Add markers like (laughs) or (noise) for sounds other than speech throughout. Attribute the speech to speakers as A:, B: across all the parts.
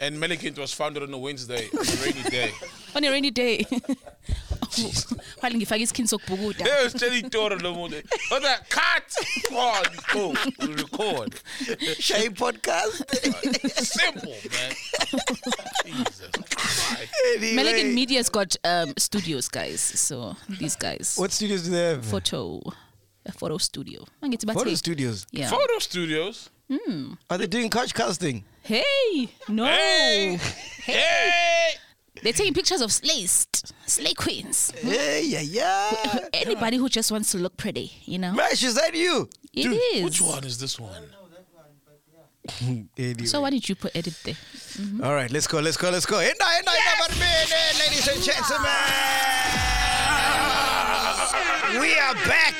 A: And Melikind was founded on a Wednesday, on a rainy day. (laughs)
B: on a rainy day (laughs) while ngifake isikhini sokubhukuda
A: Hey, Shelly Toro Lomude. Oh, that cut! Oh, boom, we record.
C: Shay (laughs) podcast.
A: Simple, man. Jesus Christ.
C: Anyway,
B: Melican Media's got um, studios guys so these guys
C: What studios do they have?
B: photo a photo studio angithi
C: Photo
B: bathi-
C: studios.
B: yeah
A: Photo studios.
C: Are they doing couch casting?
B: hey no
A: Hey! Hey!
B: they're taking pictures of slays slay queens
C: Yeah, yeah, yeah.
B: anybody who just wants to look pretty you know
C: Mash, is that you?
B: it is.
A: Which one is this one?
C: Anyway.
B: so why did you put edit there
C: All right, let's go, let's go, let's go. Enda, enda, enda, but man, eh, ladies and gentlemen. We are back.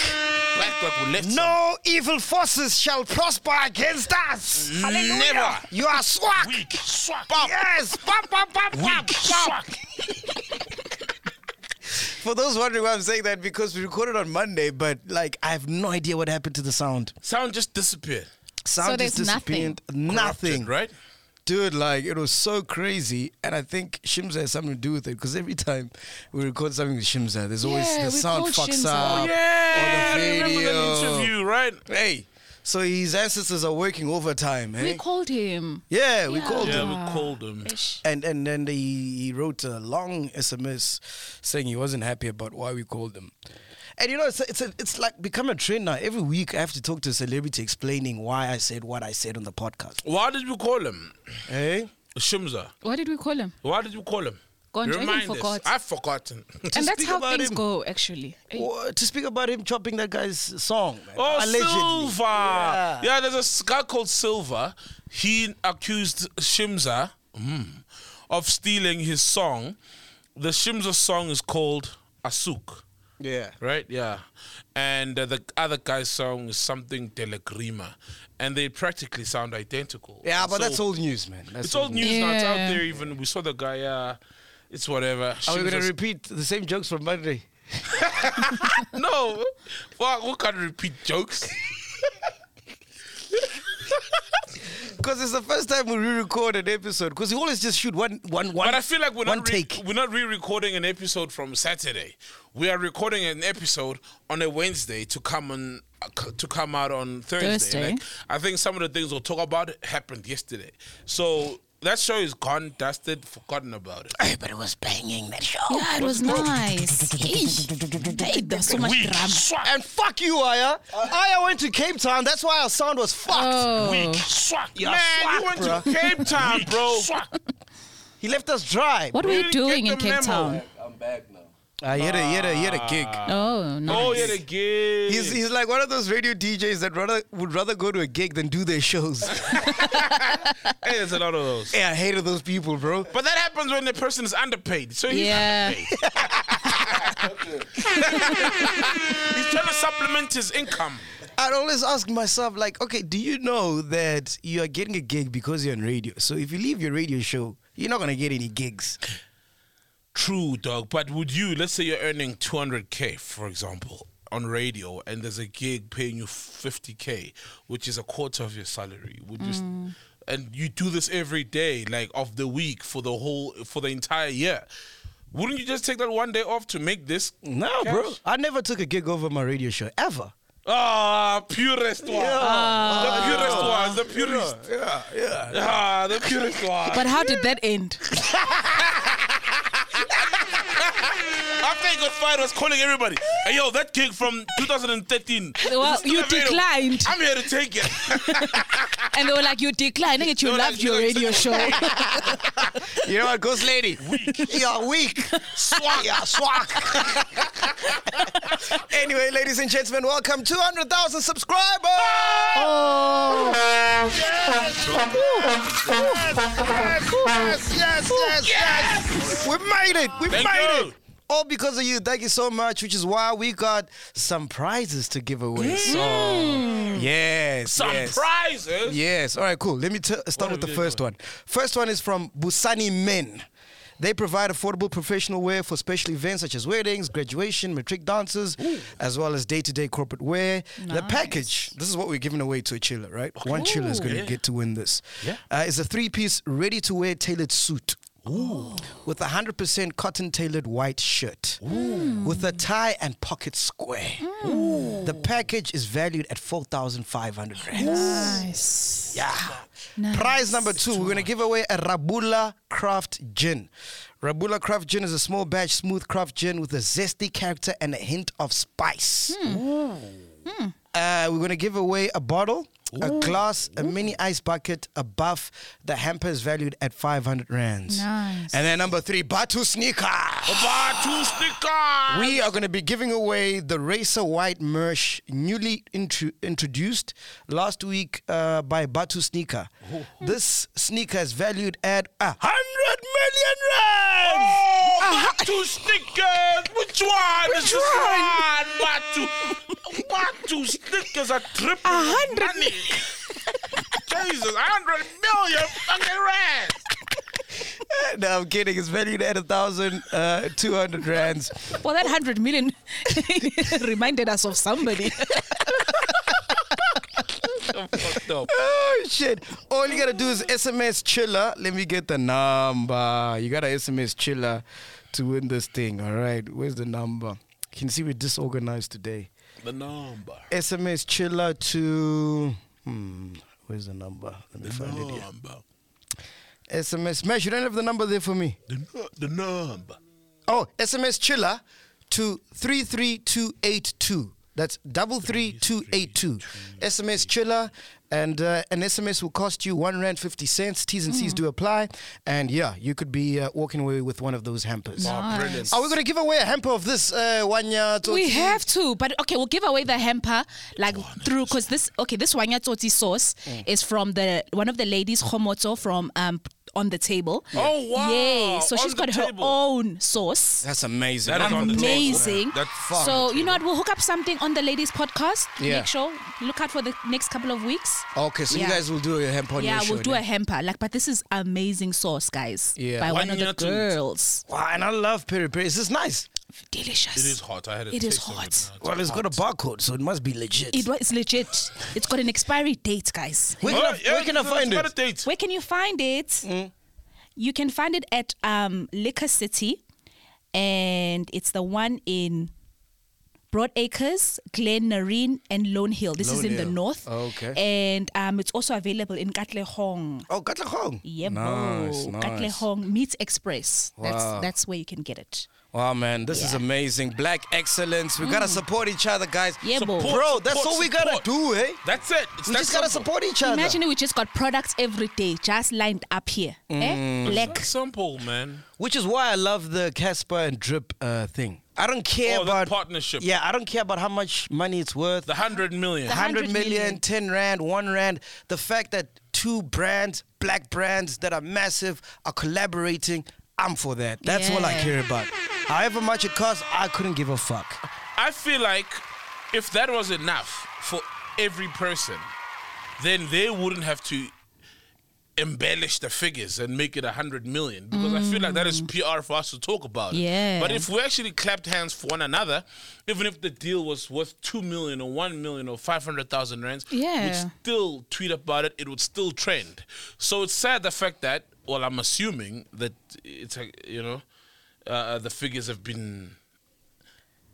A: Black dog will left.
C: No evil forces shall prosper against us.
A: Never.
C: You are swag.
A: Weak. Swag.
C: Yes. Bop, bop, bop,
A: Weak. Swag.
C: For those wondering why I'm saying that, because we recorded on Monday, but like I have no idea what happened to the sound.
A: Sound just disappeared.
C: Sound
B: there's
C: just disappeared. Nothing.
A: Corrupted, Right?
C: Dude, like it was so crazy. And I think Shimza has something to do with it because every time we record something with Shimza, there's always
B: Yeah,
C: the
B: we
C: sound
B: called
C: fucks
B: Shimza.
C: up.
B: Oh,
A: Yeah.
C: Or the
A: I remember that
C: video.
A: interview, right?
C: Hey. So his ancestors are working overtime, eh?
B: we called him
C: yeah, we called him.
A: Yeah, we called him.
B: Ish.
C: And and then he, he wrote a long SMS saying he wasn't happy about why we called him. And you know, it's it's, it's like become a trend now. Every week, I have to talk to a celebrity explaining why I said what I said on the podcast. eh?
A: Why did we call him?
C: Hey,
A: Shimza.
B: why did we call him
A: Why did you call him?
B: Gonja, I even
A: Remind us.
B: forgot.
A: I've forgotten.
B: and that's
C: speak
B: how
C: about
B: things
C: him.
B: go actually Eh,
C: Wha- to speak about him chopping that guy's song, man.
A: Oh,
C: allegedly.
A: Silver. Yeah.
C: Yeah.
A: there's a s- guy called Silver. He accused Shimza mm, of stealing his song. The Shimza song is called Asuk,
C: yeah.
A: right? Yeah. And uh, the other guy's song is something Telegrima. And they practically sound identical.
C: Yeah,
A: And
C: but
A: so-
C: that's old news, man. That's
A: It's old news now. It's out
B: Yeah.
A: there even. We saw the guy. Uh, it's whatever.
C: Are we gonna
A: Shimza's-
C: repeat the same jokes from Monday?
A: (laughs) No. Fuck, we can't repeat jokes.
C: Because it's the first time we re-record an episode. Because we always just shoot one, one, one.
A: But I feel like we're
C: one
A: not re-
C: take.
A: we're not re-recording an episode from Saturday. We are recording an episode on a Wednesday to come on to come out on Thursday.
B: Thursday.
A: Like, I think some of the things we'll talk about happened yesterday. So that show is gone, dusted, forgotten about it.
C: Hey, but it was banging that
A: Oh,
C: show.
B: yeah it was nice Eish. Hey, there's so much drama
C: And fuck you, Aya.
A: Uh.
C: Aya went to Cape Town. That's why our sound was fucked.
B: Oh.
A: Man, you went to Cape Town, bro.
C: He left us dry.
B: What were
A: You
B: you
A: didn't
B: doing
A: get
B: in
A: the
B: Cape
A: memo. Uh-huh.
B: Town?
C: I had a, he had a, he had a gig.
B: Oh, no.
A: Oh yeah, the gig.
C: He's, he's like one of those radio DJs that rather would rather go to a gig than do their shows. (laughs)
A: Hey, (laughs) there's a lot of those.
C: hey, I hated those people, bro.
A: But that happens when the person is underpaid. So he's
B: Yeah.
A: underpaid. (laughs) he's trying to supplement his income.
C: I'd always ask myself, like, okay, do you know that you are getting a gig because you're on radio? So if you leave your radio show, you're not gonna get any gigs.
A: True, dog. But would you, let's say you're earning 200K, for example, on radio, and there's a gig paying you 50K, which is a quarter of your salary. Would you,
B: Mm.
A: s- and you do this every day, like of the week for the whole, for the entire year. Wouldn't you just take that one day off to make this?
C: No, bro. I never took a gig over my radio show ever.
A: Ah, purest one. the
B: Ah.
A: purest one. The purest.
C: Yeah, yeah.
A: Ah, the purest one.
B: But how did that
A: (laughs)
B: end?
A: After he got fired, I was calling everybody. Hey, yo, that gig from 2013.
B: Well,
A: is still
B: you
A: available.
B: declined.
A: I'm here to take (laughs) it.
B: And they were like, you declined. Nigga, you
A: were
B: loved
A: like,
B: your
A: you
B: radio show. (laughs)
C: You know what, Ghost Lady? (laughs) Weak. You're weak. Swag. You're swag. (laughs) anyway, ladies and gentlemen, welcome 200,000 subscribers.
B: Oh.
C: Yes, yes, yes, yes, yes. We made it. We
A: Thank
C: made
A: you.
C: it. All because of you. Thank you so much, which is why we got some prizes to give away. So, yes.
A: Mm. Some
C: yes.
A: prizes.
C: Yes. All right, cool. Let me t-
A: What
C: start
A: have
C: with the
A: you
C: first
A: got?
C: one. First one is from Busani Men. They provide affordable professional wear for special events such as weddings, graduation, matric dances, as well as day to day corporate wear. The
B: Nice.
C: package, this is what we're giving away to a chiller, right? One chiller is going to
A: Yeah.
C: get to win this.
A: Yeah.
C: Uh, it's a three piece, ready to wear tailored suit. With a 100% cotton tailored white shirt. With a tie and pocket square. The package is valued at 4,500 rands.
B: Nice.
C: Yeah.
B: Nice.
C: Prize number two, we're going to give away a Rabula Craft Gin. Rabula Craft Gin is a small batch, smooth craft gin with a zesty character and a hint of spice.
B: Hmm.
C: Uh, we're going to give away a bottle, a glass, a mini ice bucket, a buff. The hamper is valued at 500 rands.
B: Nice.
C: And then number three, Batu Sneaker.
A: Buy two stickers.
C: We are going to be giving away the Racer White Mersh, newly intro- introduced last week uh, by Batu Sneaker. This sneaker is valued at ah, a hundred million rands.
A: Oh, two stickers. Which one? Which
C: one?
A: one? What (laughs) two? What two stickers are triple a hundred money? (laughs) Jesus, a hundred million fucking rand.
C: (laughs) No, I'm kidding. It's valued at a thousand uh, two hundred rands.
B: Well, that 100 million (laughs) reminded us of somebody.
A: Fucked up.
C: Oh shit! All you gotta do is SMS chiller. Let me get the number. You gotta SMS chiller to win this thing. All right. Where's the number? Can you see we're disorganized today.
A: The number.
C: SMS chiller to hmm, where's the number? Let me find it here.
A: Number.
C: SMS Mesh, you don't have the number there for me.
A: The, nu- the number.
C: Oh, SMS chiller to three three two eight two. That's double three two eight two. SMS chiller and uh, an SMS will cost you one rand fifty cents. T's and
B: Hmm.
C: C's do apply, and yeah, you could be uh, walking away with one of those hampers.
A: Brilliant.
C: Are we gonna give away a hamper of this uh, one year?
B: we have to, but okay, we'll give away the hamper like through because this okay, this wanya toti sauce
A: Mm.
B: is from the one of the ladies Homoto from um on the table.
A: Oh, wow.
B: Yay! So
A: On
B: she's
A: the
B: got her
A: table.
B: own sauce.
C: That's amazing.
A: That is on the table.
B: Amazing.
A: That's fucked.
B: so you know what? We'll hook up something on the ladies' podcast.
C: Yeah.
B: Make sure look out for the next couple of weeks.
C: Okay, so you
B: Yeah.
C: guys will do a hemp on
B: yeah,
C: your show.
B: we'll do
C: then.
B: a hamper. Like, but this is amazing sauce, guys.
C: Yeah.
B: By one, of the
A: Wanya too.
B: girls.
C: Wow, and I love peri peri. Is this nice?
B: Delicious.
A: It is hot. I had a
B: It is
A: taste of
B: hot.
A: now. It's
C: Well, it's got a barcode, so it must be legit.
B: It was legit. It's got an expiry date, guys.
C: Where can,
A: Oh,
C: I, where can I
A: it's
C: find
A: got a
C: it?
A: date.
B: Where can you find it?
C: Mm.
B: You can find it at um, Liquor City, and it's the one in Broadacres, Glen Nareen, and Lone Hill. This is
C: Lone
B: in the
C: Hill. Oh,
B: north.
C: Okay.
B: And um, it's also available in Katlehong.
C: Oh, Katlehong.
B: Yeah,
C: nice,
B: bro.
C: nice.
B: Katlehong Meats Express.
C: Wow.
B: That's that's where you can get it.
C: Wow, man, this is
B: Yeah. Mm.
C: amazing. Black excellence. We gotta support each other, guys.
B: Yeah, bo.
A: Support,
C: Bro, that's
A: support,
C: all we gotta
A: support.
C: do, eh?
A: That's it. It's
C: We
A: that
C: just gotta
A: simple.
C: support each other.
B: Imagine we just got products every day, just lined up here.
C: Mm.
B: Eh? Black.
A: Simple, man.
C: Which is why I love the Casper and Drip uh, thing. I don't care
A: Oh, that
C: about
A: partnership.
C: Yeah, I don't care about how much money it's worth.
A: The hundred million.
B: The
C: 100
B: 100
C: million,
B: million.
C: 10 rand, 1 rand. The fact that two brands, black brands that are massive, are collaborating, I'm for that. That's all I
B: Yeah.
C: care about. However much it costs, I couldn't give a fuck.
A: I feel like if that was enough for every person, then they wouldn't have to embellish the figures and make it a hundred million because I feel like that is PR for us to talk about. it.
B: Yeah.
A: But if we actually clapped hands for one another, even if the deal was worth two million or one million or five hundred thousand rands, we'd
B: Yeah.
A: still tweet about it. It would still trend. So it's sad the fact that well, I'm assuming that it's a, you know uh, the figures have been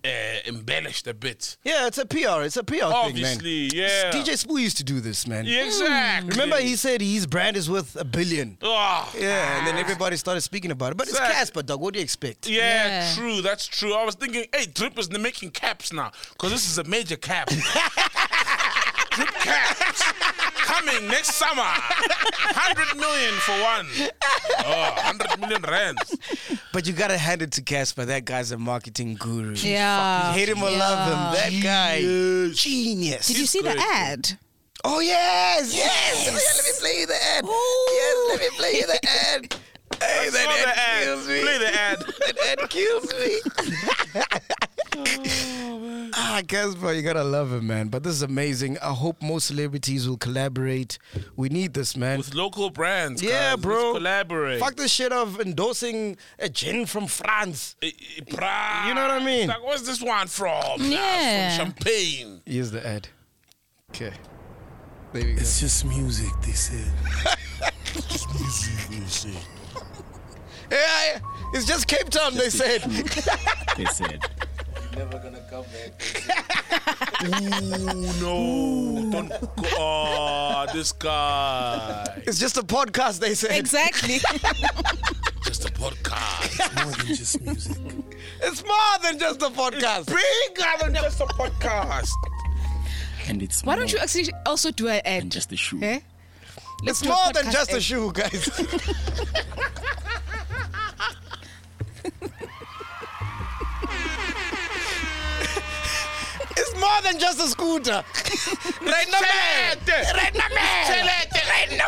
A: uh, embellished a bit.
C: Yeah, it's a PR. It's a PR
A: Obviously,
C: thing,
A: yeah.
C: man. DJ Spoo used to do this, man.
A: Yeah, exactly.
C: Remember, he said his brand is worth a billion.
A: Ah, yeah.
C: Yeah, and then everybody started speaking about it. But it's
A: Exactly.
C: Casper, dog. What do you expect?
B: Yeah.
A: true. That's true. I was thinking, hey, Drip is making caps now because this is a major
C: (laughs)
A: cap. Drip caps coming next summer. Hundred million for one. Oh, hundred million rands.
C: But you gotta hand it to Casper. That guy's a marketing guru.
B: Yeah.
C: Hate him or love him. That guy. Genius.
B: Did you see the
A: great, man.
B: ad?
C: Oh yes, yes. Oh, yeah, let me play you the ad. Yes, let me play you the ad. Hey,
A: Saw the ad. Play the
C: It kills me. (laughs) Ah, Casper, you gotta love him, man. But this is amazing. I hope more celebrities will collaborate. We need this, man.
A: With local brands.
C: yeah,
A: guys.
C: bro.
A: Let's collaborate.
C: Fuck this shit of endorsing a gin from France.
A: Eh, eh, bruh.
C: You know what I mean?
A: It's Like, where's this one from?
B: Yeah.
A: Nah, it's from Champagne.
C: Here's the ad. Okay. There we go.
D: It's just music, they
C: (laughs)
D: said.
C: Yeah, it's just Cape Town, they said.
D: (laughs)
E: They said.
A: Oh no! Don't go. Oh, this guy.
C: It's just a podcast, they said. (laughs)
B: Exactly.
A: Just a podcast.
D: More than just music.
C: It's more than just a podcast.
A: Bigger than just a podcast.
E: And it's
B: Why don't
E: more
B: you actually also do an ad?
E: than just the shoe?
B: Eh? Let's
C: It's
B: do a
C: more than
B: podcast
C: just a
B: ad.
C: shoe, guys. it's more than just a scooter. right now, man. Right now, man.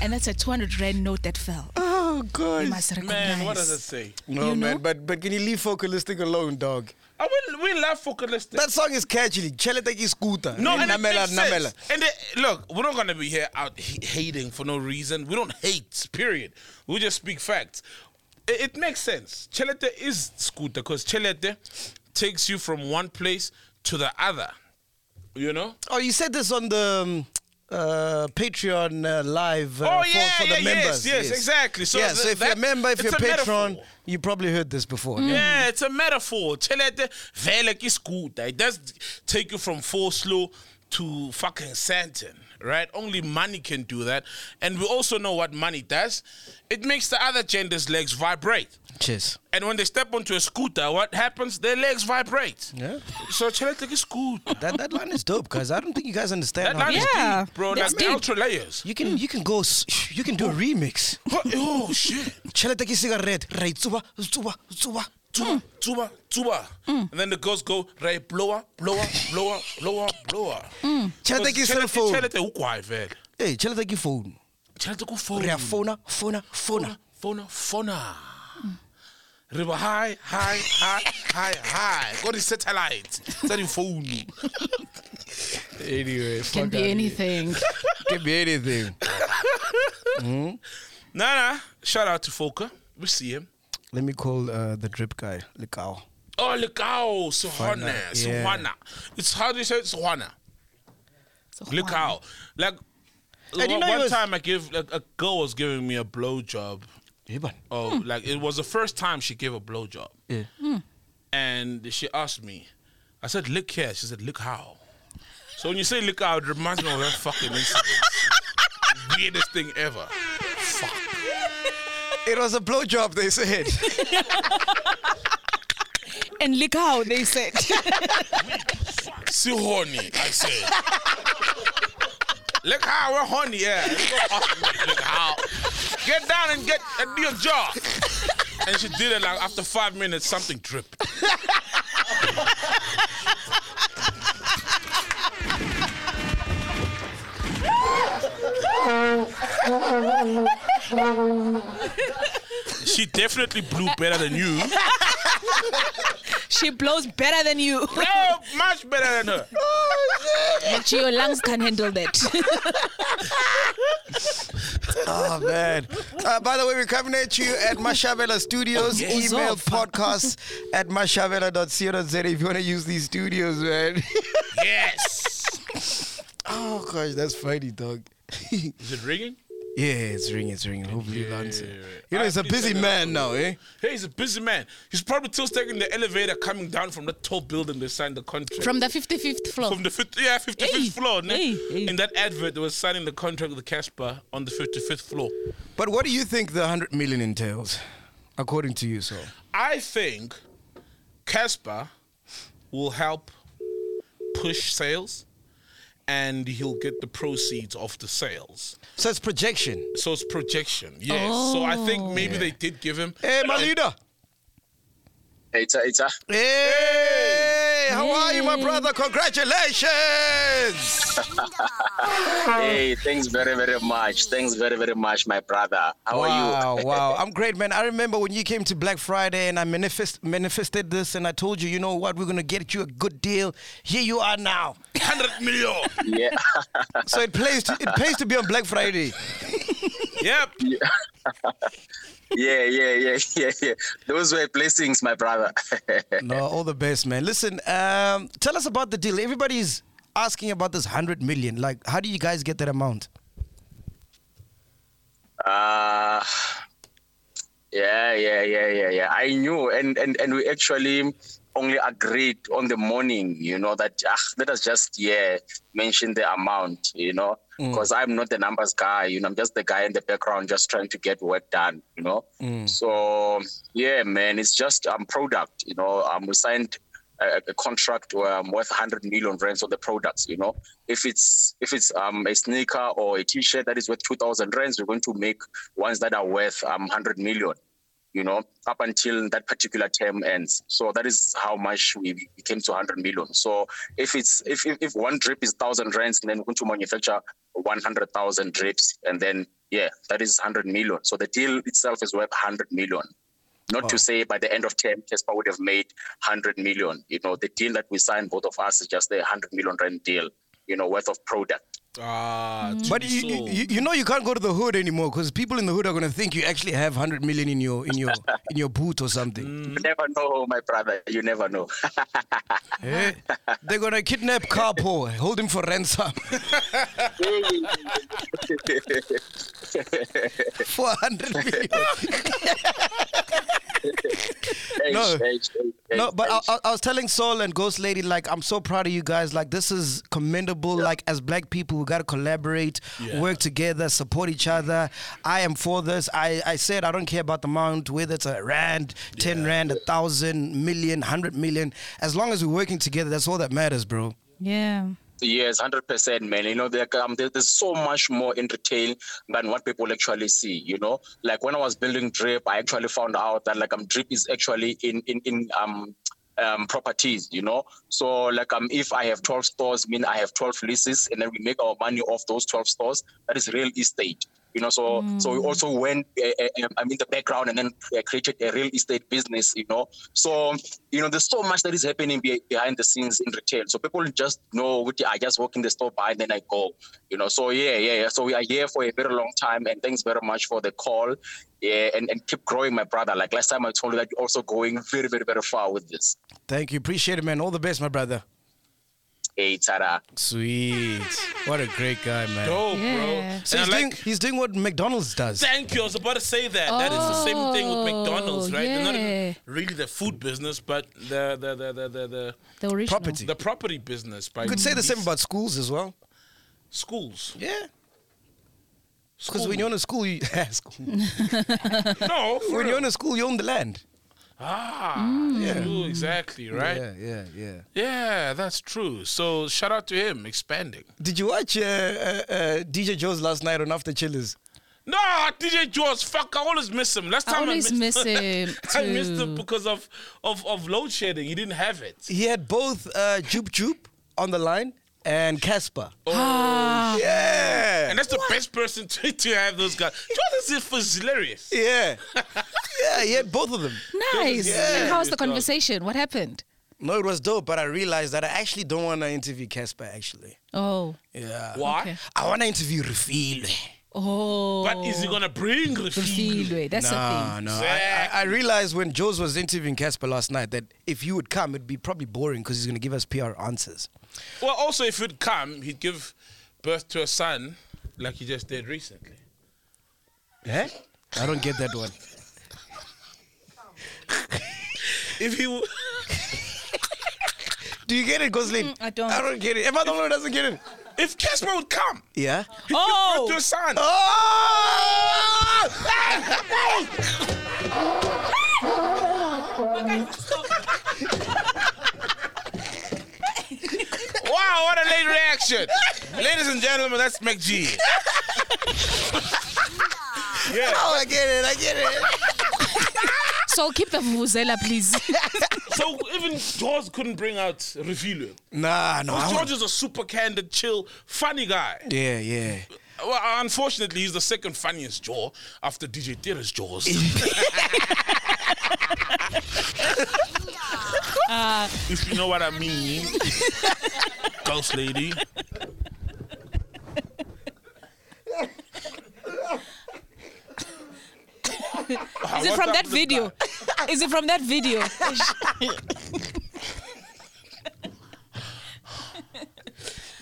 B: And that's a 200 rand note that fell.
C: Oh
B: You
C: God.
B: must recognize.
A: Man, what does it say?
C: No
B: You
C: man,
B: know?
C: but but can you leave focalistic alone, dog?
A: I will, we love focalistic.
C: That song is catchy. Cheleteki scooter.
A: no, and it
C: namela,
A: makes sense. And it- look, we're not gonna be here out h- hating for no reason. We don't hate, period. We just speak facts. I- It, makes sense. Chelete is scooter because Chelete takes you from one place to the other. You know.
C: Oh, you said this on the um, uh, Patreon uh, live. Uh,
A: Oh,
C: for,
A: yeah,
C: for the
A: yeah, yes,
C: members.
A: yes, exactly. So
C: yeah,
A: th-
C: so if you're a
A: that-
C: member, if
A: it's
C: you're
A: a
C: Patreon,
A: metaphor. Mm.
C: you probably heard this before.
A: Yeah, it's a metaphor. Chelete vele ki scooter. It does take you from Foslo to fucking Santon, right? Only money can do that. And we also know what money does. It makes the other gender's legs vibrate.
C: Cheers.
A: And when they step onto a scooter, what happens? Their legs vibrate.
C: Yeah.
A: So Chelete ki scooter.
C: That, that line is dope, guys. I don't think you guys
A: That
C: understand. how
A: line
C: this-
B: Yeah,
A: is deep, bro.
B: that's
A: Like
B: deep.
A: ultra layers.
C: You can you can go s- you can do a remix.
B: (laughs)
A: oh shit.
C: Cheleteki cigarette. Ray tsuba tsuba tsuba.
B: Mm.
A: Tuba, tuba, tuba. And then the girls go, right, blower, blower, blower, blower, blower.
C: Cheleteki cell phone.
A: Chelete e ukwayi vele.
C: Hey, Cheleteki phone.
A: Chelete ku phone.
C: Rea phona phona phona.
A: Fona, fona. Re ba hi, hi, hi, hi, hi. Go to satellite. Tsa di phone.
C: Anyway,
B: Can be
C: (laughs)
B: anything.
C: Can be anything.
A: Nana, shout out to Foka. We see him.
C: Let me call uh, the drip guy, Likao.
A: Oh, Likao, Suhana,
C: yeah.
A: Suhana. It's how do you say it? Suhana?
B: So
A: Likao. Like,
C: you
A: one,
C: know he
A: one
C: was-
A: time I gave, like, a girl was giving me a blowjob. Oh, like it was the first time she gave a blowjob.
C: Yeah.
A: And she asked me, I said, lick here. She said, lick how? So when you say lick how, it reminds me of that fucking incident. Weirdest thing ever.
C: It was a blowjob, they said.
B: And look how they said. (laughs)
A: See horny, I said. Look how we're horny, yeah. Look how. Get down and get and do your job. And she did it like after five minutes, something dripped. she definitely blew better than you.
B: she blows better than (laughs) you.
A: No, much better than her.
B: Actually, your lungs can handle that.
C: (laughs) oh, man. Uh, by the way, we're coming at you at Mashavela Studios. Email podcast (laughs) at mashavela.co.za if you want to use these studios, man. (laughs)
A: Yes.
C: oh, gosh, that's funny, dog. (laughs) yeah,
A: Is it ringing?
C: it's ringing, it's ringing. Hopefully, you'll answer. You know,
A: I
C: he's a
A: think
C: busy
A: that-
C: man now, eh?
A: Hey, he's a busy man. He's probably still taking the elevator coming down from the tall building they signed the contract.
B: (laughs) From the 55th floor.
A: From the fifth, yeah, 55th
B: Hey,
A: floor. ne?
B: hey, hey.
A: In that advert, they were signing the contract with Casper on the 55th floor.
C: But what do you think the 100 million entails, according to you, so?
A: I think Casper will help push sales and he'll get the proceeds of the sales.
C: So it's projection.
A: So it's projection. Yes. So I
B: Oh.
A: think maybe they did give him.
C: Hey, my leader.
F: Hey, ta, hey, ta.
C: Hey, Hey, how are you, my
B: Hey.
C: brother? Congratulations!
F: Hey, thanks very, very much. Thanks very, very much, my brother. How
C: wow,
F: are you?
C: wow. I'm great, man. I remember when you came to Black Friday and I manifest, manifested this and I told you, you know what, we're going to get you a good deal. Here you are now.
A: 100 million.
B: (laughs)
F: yeah. (laughs)
C: So it plays to, it pays to be on Black Friday.
A: yep.
F: yeah, yeah, yeah, yeah, yeah. Those were blessings, my brother. (laughs)
C: No, all the best, man. Listen, um, tell us about the deal. Everybody's asking about this 100 million. Like, how do you guys get that amount?
F: Uh, yeah, yeah, yeah, yeah, yeah. I knew, and and and we actually only agreed on the morning. You know that ah, let us just yeah mention the amount. You know, because I'm not the numbers guy. You know, I'm just the guy in the background, just trying to get work done. You know, so yeah, man, it's just um product. You know, um we signed. A, a contract um, worth 100 million rands on the products. You know, if it's if it's um, a sneaker or a T-shirt that is worth 2,000 rands, we're going to make ones that are worth um, 100 million you know, up until that particular term ends. So that is how much we we came to 100 million. So if it's if if, if one drip is thousand rands, then we're going to manufacture 100,000 drips, and then yeah, that is 100 million. So the deal itself is worth 100 million. Not
C: Oh.
F: to say by the end of term, Casper would have made 100 million. You know, the deal that we signed, both of us, is just the 100 million rand deal. You know, worth of product.
A: Ah, to
C: But
A: be
C: you, you,
A: sold.
C: you- you know you can't go to the hood anymore because people in the hood are going to think you actually have 100 million in your in your in your boot or something.
F: You never know, my brother. You never know.
C: Eh? They're going to kidnap Carpo, hold him for ransom (laughs) for 100 million. (laughs) No. No, but I, I, I was telling Soul and Ghost Lady, like, I'm so proud of you guys. Like, this is commendable. Like, as black people, we got to collaborate, work together, support each
A: Mm-hmm.
C: other. I am for this. I, I said I don't care about the amount, whether it's a rand, 10 rand, a thousand, million, hundred million. As long as we're working together, that's all that matters, bro.
B: Yeah.
F: Yes, hundred percent, man. You know, there, um, there, there's so much more in retail than what people actually see. You know, like when I was building drip, I actually found out that like um, drip is actually in in in um. Um, properties, you know. So, like, um, if I have 12 stores, mean I have 12 leases, and then we make our money off those 12 stores. That is real estate, you know. So, so we also went, uh, uh, um, I'm in the background, and then uh, created a real estate business, you know. So, you know, there's so much that is happening be- behind the scenes in retail. So people just know, "Wuthi, I just walk in the store, buy, and then I go. You know, so yeah, yeah, yeah. So we are here for a very long time, and thanks very much for the call. Yeah, and, and keep growing, my brother. Like last time I told you that you're also going very, very, very far with this.
C: Thank you. Appreciate it, man. All the best, my brother.
F: Hey, Tara.
C: Sweet. What a great guy, man.
A: Dope,
B: Yeah.
A: bro.
C: So
A: And
C: he's,
A: I
C: doing,
A: like-
C: he's doing what McDonald's does.
A: Thank you. I was about to say that. that is the same thing with McDonald's,
B: Oh,
A: right? They're
B: yeah.
A: not really the food business, but the the the the the, the,
B: The original.
C: Property.
A: the property business. By
C: You could say the same
A: these
C: about schools as well.
A: schools.
C: Yeah. Because when you're in a school, you, (laughs) school.
A: No, for
C: (laughs) when you're
A: real.
C: in a school, you own the land.
A: ah,
B: Mm.
C: Yeah.
A: you exactly right. Yeah.
C: yeah, yeah.
A: that's true. So shout out to him expanding.
C: Did you watch uh, uh, uh, DJ Joe's last night on After Chillers?
A: No, DJ Jaws, fuck, I always miss him. Last
B: I
A: time
B: always
A: I missed (laughs)
B: miss him,
A: I missed him
B: too.
A: because of, of of load shedding. He didn't have it.
C: He had both uh, Joop Joop on the line and Casper.
A: Oh, And that's the best person (laughs) to, to have those guys. Jaws is is hilarious.
C: Yeah. yeah, he had both of them.
B: Nice.
A: Yeah.
B: And how was
A: Good
B: the
A: dog.
B: conversation? What happened?
C: No, it was dope, but I realized that I actually don't want to interview Casper, actually.
B: Oh.
C: Yeah.
A: Why?
B: Okay.
C: I want to interview Rafil.
B: Oh.
A: But is he gonna bring Rafiki?
B: Filwe. That's the
C: No,
B: thing.
C: no. I, I, I realized when Joe's was interviewing Casper last night that if he would come, it'd be probably boring because he's going to give us PR answers.
A: Well, also if he'd come, he'd give birth to a son, like he just did recently.
C: Eh? I don't get that one.
A: If he, w-
C: Do you get it, Goslin?
B: Mm, I don't.
C: I don't get it. Emma Dolores doesn't get it.
A: if Casper would come,
C: Yeah. (laughs)
A: birth to
B: Oh.
A: a son.
C: Oh!
A: Wow, what a late reaction. Ladies and gentlemen, that's McG. yeah.
C: Oh, I get it. I get it. (laughs)
B: So keep the vuvuzela, please.
A: So even Jaws couldn't bring out Revilio.
C: Nah, no. I
A: Because George
C: want-
A: is a super candid, chill, funny guy.
C: yeah, yeah.
A: Well, unfortunately, he's the second funniest jaw after DJ Tira's jaws. if you know what I mean, ghost lady.
B: Is it from that video? Is it from that video?
C: (laughs)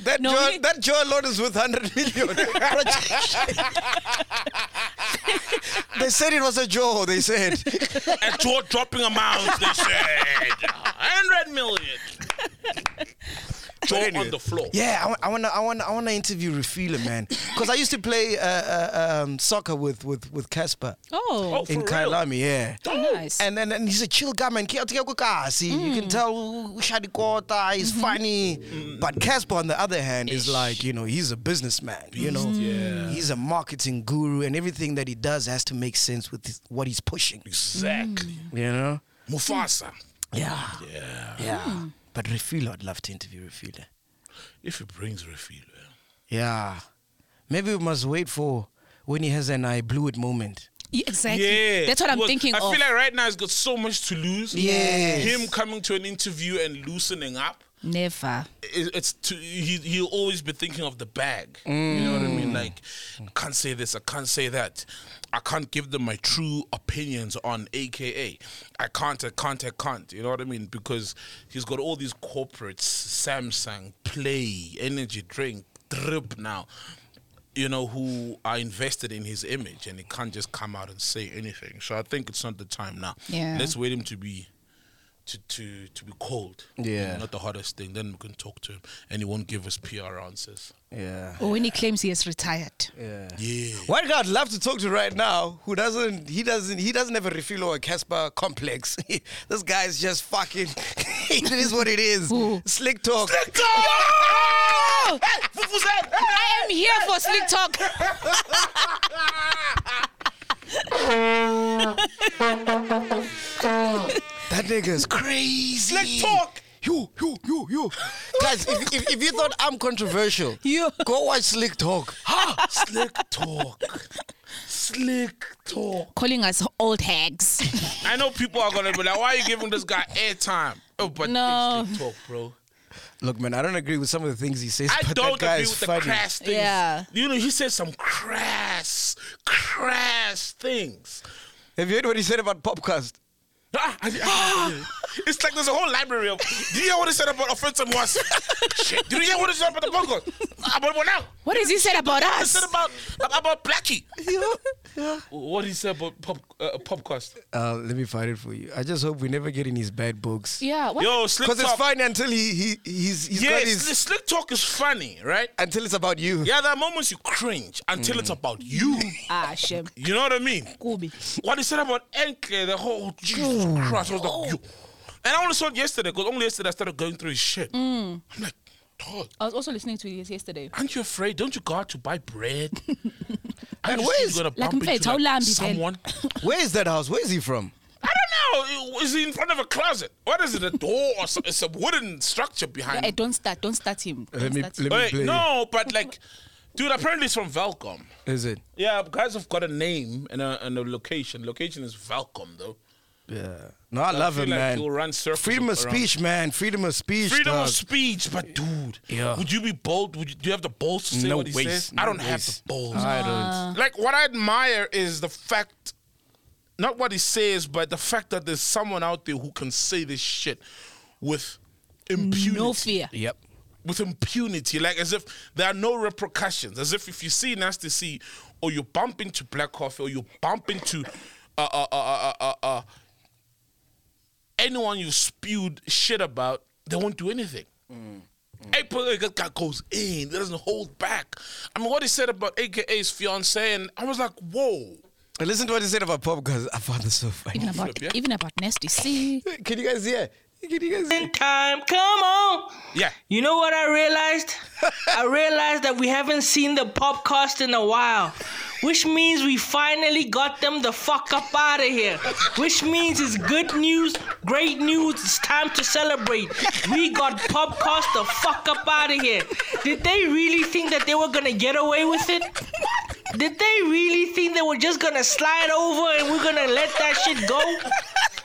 C: That
B: No,
C: jaw,
B: we-
C: that jaw alone is worth hundred million. (laughs) they said it was a jaw. They said
A: A jaw dropping amount, they said. 100 million. Jaw on the floor.
C: Yeah, I, wa- I wanna, I wanna, I wanna interview Refila, man, because I used to play uh, uh, um, soccer with with with Casper
B: Oh,
A: Oh,
C: in
A: for real?
C: Kailami, yeah.
B: nice.
C: And then and he's a chill guy, man. Ke- ke- ke- kasi. You can tell ooh, Shadi Kota, he's funny. But Casper, on the other hand, is like, you know, he's a businessman, you know. Yeah. He's a marketing guru, and everything that he does has to make sense with his, what he's pushing,
A: Exactly.
C: you know?
B: Mm.
A: Mufasa.
C: Yeah.
A: Yeah.
C: Yeah. But Refila, I'd love to interview Refila.
A: If it brings eh? Refilio.
C: Yeah. Maybe we must wait for when he has an I blew it moment.
B: Yeah, exactly.
A: Yeah,
B: That's what I'm
A: Because
B: thinking
A: I
B: of.
A: feel like right now he's got so much to lose.
C: Yes.
A: him coming to an interview and loosening up.
B: Never.
A: it- it's to, he he'll always be thinking of the bag. You know what I mean? Like, I can't say this, I can't say that, I can't give them my true opinions on AKA. I can't, I can't, I can't. You know what I mean? Because he's got all these corporates, Samsung, Play, Energy Drink, Drip now. You know who are invested in his image, and he can't just come out and say anything. So I think it's not the time now.
B: Yeah.
A: let's wait him to be to to to be cold.
C: Yeah.
A: Not the hardest thing. Then we can talk to him, and he won't give us PR answers.
C: Yeah.
B: Or when he claims he is retired.
C: Yeah.
A: Yeah.
C: One guy I'd love to talk to right now who doesn't he doesn't he doesn't have a refill or a Casper complex. (laughs) this guy's just fucking (laughs) it is what it is.
B: Who?
C: Slick talk.
B: Oh! I am here for slick talk.
C: That nigga is crazy.
A: Slick talk.
C: You, you, you, you. Guys, if, if, if you thought I'm controversial,
B: (laughs) You.
C: go watch Slick Talk.
A: Ha! Slick talk. Slick talk.
B: Calling us
A: (laughs)
B: old hags.
A: I know people are gonna be like, "Why are you giving this guy airtime?" Oh, but
B: No.
A: it's slick talk, bro.
C: Look, man, I don't agree with some of the things he says.
A: I
C: but
A: don't
C: that guy
A: agree
C: is
A: with the
C: funny.
A: crass things.
B: Yeah.
A: You know, he said some crass, crass things.
C: Have you heard what he said about Popcast?
A: Ah, I- (gasps) I- it's like there's a whole library of. Do you hear what he said about offensive (laughs) was? Shit. Do you hear what he said about the podcast? About what now?
B: What has he said about
A: He
B: us?
A: said about about (laughs) Blackie. What did he say about pop uh, popcast?
C: Uh, let me find it for you. I just hope we never get in his bad books.
B: Yeah. What?
A: Yo, slick
C: Because it's
A: talk.
C: funny until he, he he's, he's
A: Yeah,
C: got
A: sli-
C: his.
A: slick talk is funny, right?
C: Until it's about you.
A: Yeah, there are moments you cringe until
C: Mm.
A: it's about you.
B: Ah, shame.
A: You know what I mean?
B: Kubi.
A: What he said about Enke, the whole Jesus Christ, I was like, you. And I only saw it yesterday because only yesterday I started going through his shit.
C: Mm.
A: I'm like, dog,
B: I was also listening to this yesterday.
A: aren't you afraid? Don't you go out to buy bread?
C: (laughs) Man,
A: and
C: where is-
A: gonna
B: Like
A: bump
B: mfethu,
A: into like,
B: awulambi vele.
C: (laughs)
A: someone?
C: Where is that house? Where is he from?
A: I don't know. Is he in front of a closet? What is it? A door or some, it's a wooden structure behind?
B: Hey, Eh, don't start. Don't start him. Don't
C: Let me-
B: start
C: let
B: him.
C: me-
A: Wait,
C: play.
A: no, but like, dude, apparently it's from Valcom.
C: Is it?
A: Yeah, guys have got a name and a, and a location. Location is Valcom though.
C: Yeah. No, I, love
A: feel
C: him,
A: like
C: man.
A: he'll run circles
C: Freedom of
A: around.
C: speech, man. Freedom of speech.
A: Freedom
C: dog.
A: of speech, but dude,
C: Yeah.
A: would you be bold? Would you, do you have the balls to say
C: No
A: what he
C: ways,
A: says?
C: no
A: I don't have
C: ways.
A: the balls. Uh.
C: I don't.
A: like what I admire is the fact, not what he says, but the fact that there's someone out there who can say this shit with impunity.
B: No fear.
C: Yep.
A: with impunity, like as if there are no repercussions, as if if you see Nasty C or you bump into Black Coffee or you bump into uh, uh, uh, uh, uh, uh, uh, anyone you spewed shit about, they won't do anything. April guy goes in, doesn't hold back. I mean, what he said about AKA's fiance, and I was like, whoa.
C: And listen to what he said about Pop, because I found this so funny.
B: Even about
A: yeah?
B: even about nasty C.
C: (laughs) Can you guys hear? Can you guys hear?
G: time. Come on.
A: Yeah.
G: You know what I realized? I realized that we haven't seen the podcast in a while. which means we finally got them the fuck up out of here. Which means it's good news, great news, it's time to celebrate. We got Popcast the fuck up out of here. Did they really think that they were gonna get away with it? Did they really think they were just gonna slide over and we're gonna let that shit go?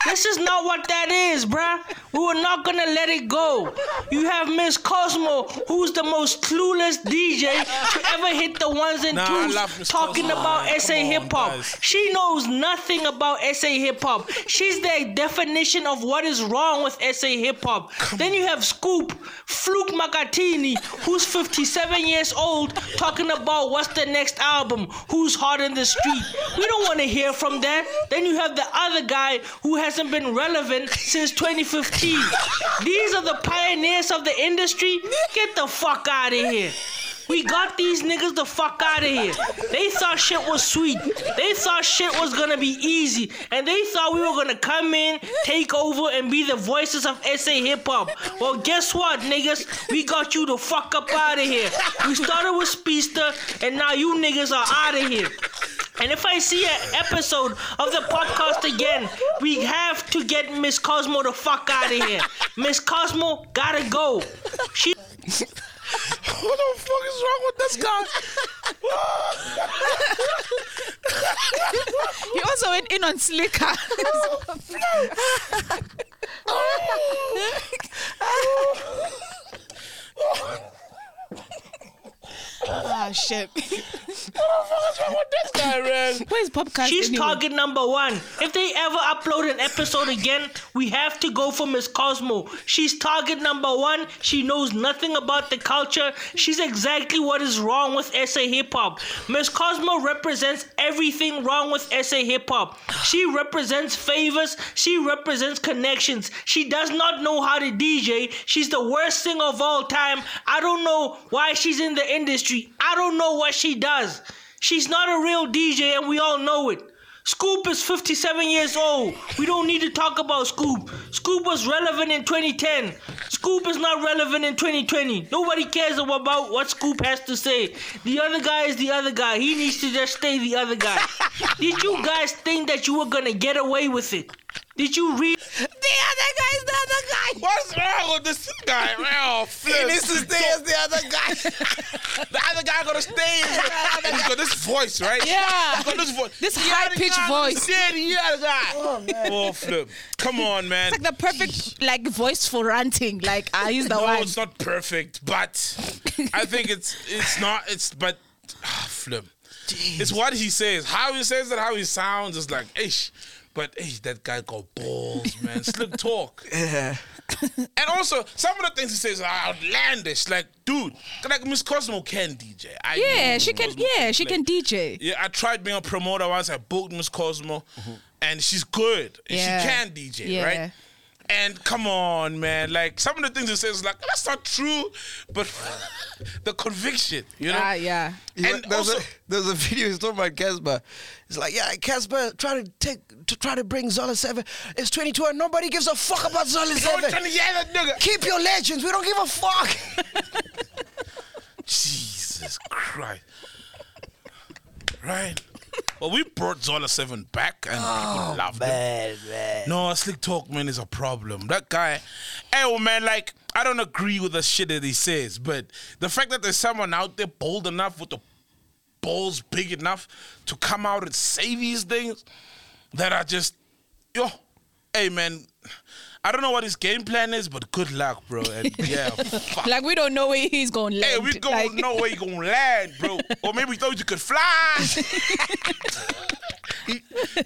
G: This is not what that is, bruh. We were not gonna let it go. You have Miss Cosmo, who's the most clueless DJ to ever hit the ones and
A: Nah, I love
G: twos,
A: Miss
G: talking
A: Cosmo.
G: about
A: Come
G: SA
A: on,
G: hip hop.
A: guys.
G: She knows nothing about SA hip hop. She's the definition of what is wrong with SA hip hop. Then you have Scoop, Fluke Magatini, who's 57 years old, talking about what's the next album, who's hard in the street. We don't want to hear from that. Then you have the other guy who hasn't been relevant since 2015. These are the pioneers of the industry. Get the fuck out of here. We got these niggas the fuck out of here. They thought shit was sweet. They thought shit was gonna be easy. And they thought we were gonna come in, take over, and be the voices of SA hip hop. Well, guess what, niggas? We got you the fuck up out of here. We started with Speedster, and now you niggas are out of here. And if I see an episode of the podcast again, we have to get Miss Cosmo the fuck out of here. Miss Cosmo gotta go. She.
A: What the fuck is wrong with this guy?
H: He also went in on Slicker. ah, shit. Where's Popcast?
G: She's
H: anyway?
G: target number one. If they ever upload an episode again, we have to go for Miss Cosmo. She's target number one. She knows nothing about the culture. She's exactly what is wrong with SA hip hop. Miss Cosmo represents everything wrong with SA hip hop. She represents favors. She represents connections. She does not know how to DJ. She's the worst singer of all time. I don't know why she's in the industry. I don't know what she does. She's not a real DJ, and we all know it. Scoop is 57 years old. We don't need to talk about Scoop. Scoop was relevant in 2010. Scoop is not relevant in 2020. Nobody cares about what Scoop has to say. The other guy is the other guy. He needs to just stay the
A: (laughs)
G: other guy. Did you guys think that you were gonna get away with it? Did you read?
H: The other guy's the other guy.
A: What's wrong with this guy?
C: (laughs)
A: Oh, Flip. He needs to stay as the other guy. (laughs) the other guy gotta stay. And he's got this voice, right?
H: Yeah.
A: He's got this voice.
H: This
A: The other
H: high-pitched
A: guy gotta
H: voice.
A: Stay the other guy. Oh, Flip. Come on, man.
B: Like the perfect like voice for ranting. Like ah, he's the
A: no,
B: one.
A: it's not perfect, but I think it's it's not. It's but ah, Flip. It's what he says. How he says it, how he sounds is like, ish. But hey, that guy got balls, man. Slick
B: (laughs)
A: talk. And also, some of the things he says are outlandish. Like, dude, like Miss Cosmo can DJ. I know
B: Yeah,
A: Miss
B: she can.
A: Cosmo
B: Yeah, she
A: play.
B: can DJ.
A: Yeah, I tried being a promoter once. I booked Miss Cosmo, and she's good. And
B: Yeah.
A: She can DJ,
B: Yeah.
A: right? And come on, man! Like some of the things he says, like that's not true, but (laughs) the conviction, you know.
B: Ah, yeah.
A: And
C: there's,
A: also,
C: a, there's a video he's talking about Casper. It's like, yeah, Casper try to take to try to bring Zola Seven. It's 22 and nobody gives a fuck about Zola
A: no one trying
C: Seven.
A: to yell at nigga.
C: Keep your legends. We don't give
A: (laughs)
C: a fuck.
A: Jesus Christ! Right? Well, we brought Zola Seven back, and people loved him.
C: Bad Oh, man.
A: No, slick talk, man, is a problem. That guy, hey, oh, man, like, I don't agree with the shit that he says, but the fact that there's someone out there bold enough with the balls big enough to come out and say these things that are just, yo, hey, man, I don't know what his game plan is, but good luck, bro.
C: (laughs)
A: And yeah, fuck.
B: Like we don't know where he's going.
A: Hey, we
B: land.
A: going
B: Like-
A: know
B: (laughs)
A: where you gonna land,
C: (laughs)
A: bro. or maybe you thought you could fly. (laughs)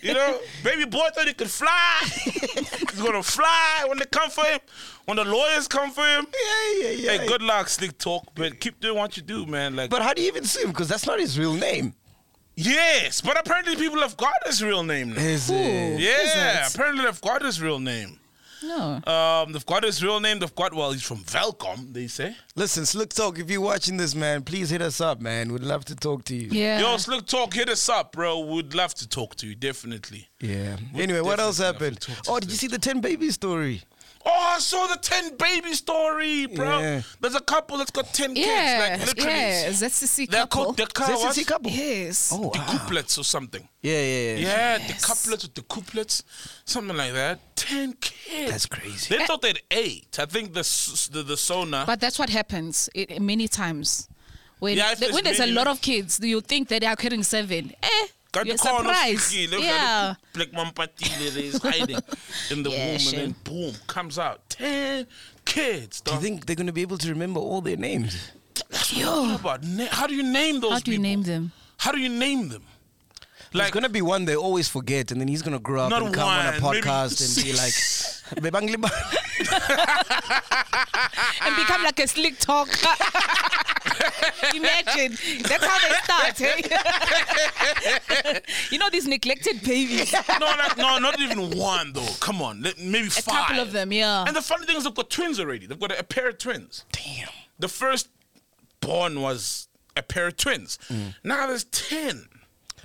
A: you know, baby boy thought he could
C: (laughs)
A: fly. He's gonna fly when they come for him. When the lawyers come for him.
C: Yeah, yeah, yeah.
A: Hey, good luck, slick talk, but keep doing what you do, man. Like,
C: But how do you even see him? Because that's not his real name.
A: yes, but apparently people have got his real name now.
C: Is it?
A: Yeah, apparently they've got his real name.
B: no.
A: Um, they've got his real name. They've got well, he's from Velcom, they say.
C: Listen, Slick Talk, if you're watching this, man, please hit us up, man. We'd love to talk to you.
B: Yeah.
A: Yo, slick talk, hit us up, bro. We'd love to talk to you, definitely.
C: Yeah. Anyway, what else
A: definitely
C: happened?
A: have to talk to
C: Oh, did you see the 10 baby story?
A: Oh, I saw the 10 baby story, bro.
C: Yeah.
A: There's a couple that's got 10
B: Yeah,
A: kids. Like, literally.
B: yeah, ZCC
A: They're
B: couple.
A: called the
C: ZCC couple.
B: Yes.
C: Oh,
A: The
C: wow.
A: couplets or something.
C: Yeah, yeah, yeah.
A: Yeah, the couplets with the couplets, something like that. Ten kids.
C: That's crazy.
A: They thought they'd eight. I think the s- the, the sonar.
B: Eh. But that's what happens it, it- many times. When,
A: Yeah, if
B: the-
A: there's
B: when there's
A: many,
B: a lot
A: like-
B: of kids, you think that they are carrying seven. Eh,
A: Got
B: you're
A: the corner
B: surprised.
A: sticky, look at
B: Yeah.
A: it, Black man patile, there
B: (laughs)
A: is hiding in the
B: Yeah,
A: womb,
B: shame.
A: and then boom comes out ten kids.
C: Do you
A: dog.
C: think they're going to be able to remember all their names?
A: How about na- how do you name those?
B: How do you
A: people?
B: name them?
A: How do you name them?
C: There's going to be one they always forget, and then he's going to grow up
A: Not
C: and come on a
A: one, maybe
C: podcast and be like, "Bebangliba."
A: Ah.
B: and become like a slick
A: (laughs)
B: talk. Imagine. That's how they start.
A: (laughs)
B: eh? (laughs) you know these neglected babies.
A: no, like, no, not even one though. Come on, let- maybe
B: A
A: five.
B: couple of them, yeah.
A: And the funny thing is, they've got twins already. They've got a, a pair of twins. Damn. The first born was a pair of twins.
B: Mm.
A: Now there's ten.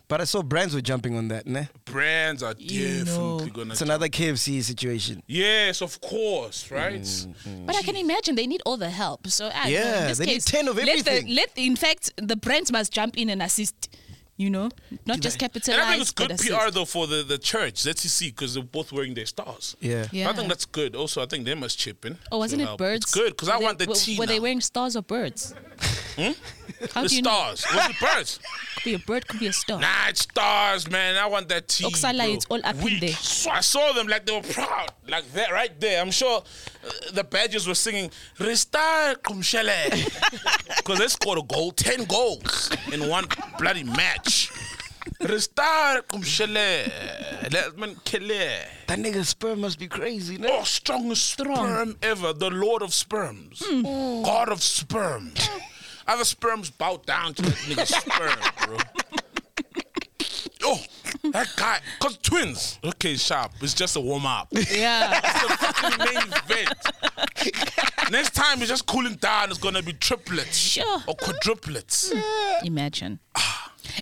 C: But I saw brands were jumping on that, ne?
A: Brands are
B: You know.
A: definitely gonna.
C: It's another KFC situation.
A: yes, of course, right?
B: But I can imagine they need all the help. So I don't know,
C: Mm. Yeah,
B: in this
C: they need
B: case,
C: 10 of
B: Let
C: everything.
B: the, let, in fact, the brands must jump in and assist. You know, not just
A: And I think
B: capitalize,
A: it's
B: but
A: good
B: assist.
A: PR though for the, the church, ZTC, because they're both wearing their stars.
C: Yeah.
B: Yeah.
A: I think that's good. Also, I think they must chip in.
B: Oh, wasn't
A: to
B: it
A: help.
B: birds?
A: It's good because I
B: Were
A: want the
B: they, were-
A: tea
B: Were they
A: now.
B: wearing stars or
C: (laughs)
B: birds? How
C: Hmm?
A: the
B: do you know?
A: stars. Was it
B: (laughs)
A: birds?
B: Could be a bird, could be a star.
A: Nah, it's stars, man. I want that tea.
B: Oksala,
A: bro.
B: it's all up in
A: Weak.
B: there.
A: So I saw them like they were proud, like that right there. I'm sure uh, the Badgers were singing "Restart Kumshele" (laughs) because they scored a goal, ten goals in one bloody match. (laughs) Restart Kumshele, Letman Kele.
C: That nigga's sperm must be crazy, ne?
A: Oh, strongest sperm ever, the Lord of sperms,
B: Hmm.
A: God of sperms. Other sperms bow down to that nigga's sperm, bro. Oh, that guy, cause twins. Okay, sharp. It's just a warm up. It's (laughs)
B: Yeah.
A: the fucking main event. Next time it's just cooling down. It's gonna be triplets
B: Sure. Hmm.
A: or quadruplets.
B: Imagine.
A: Ah.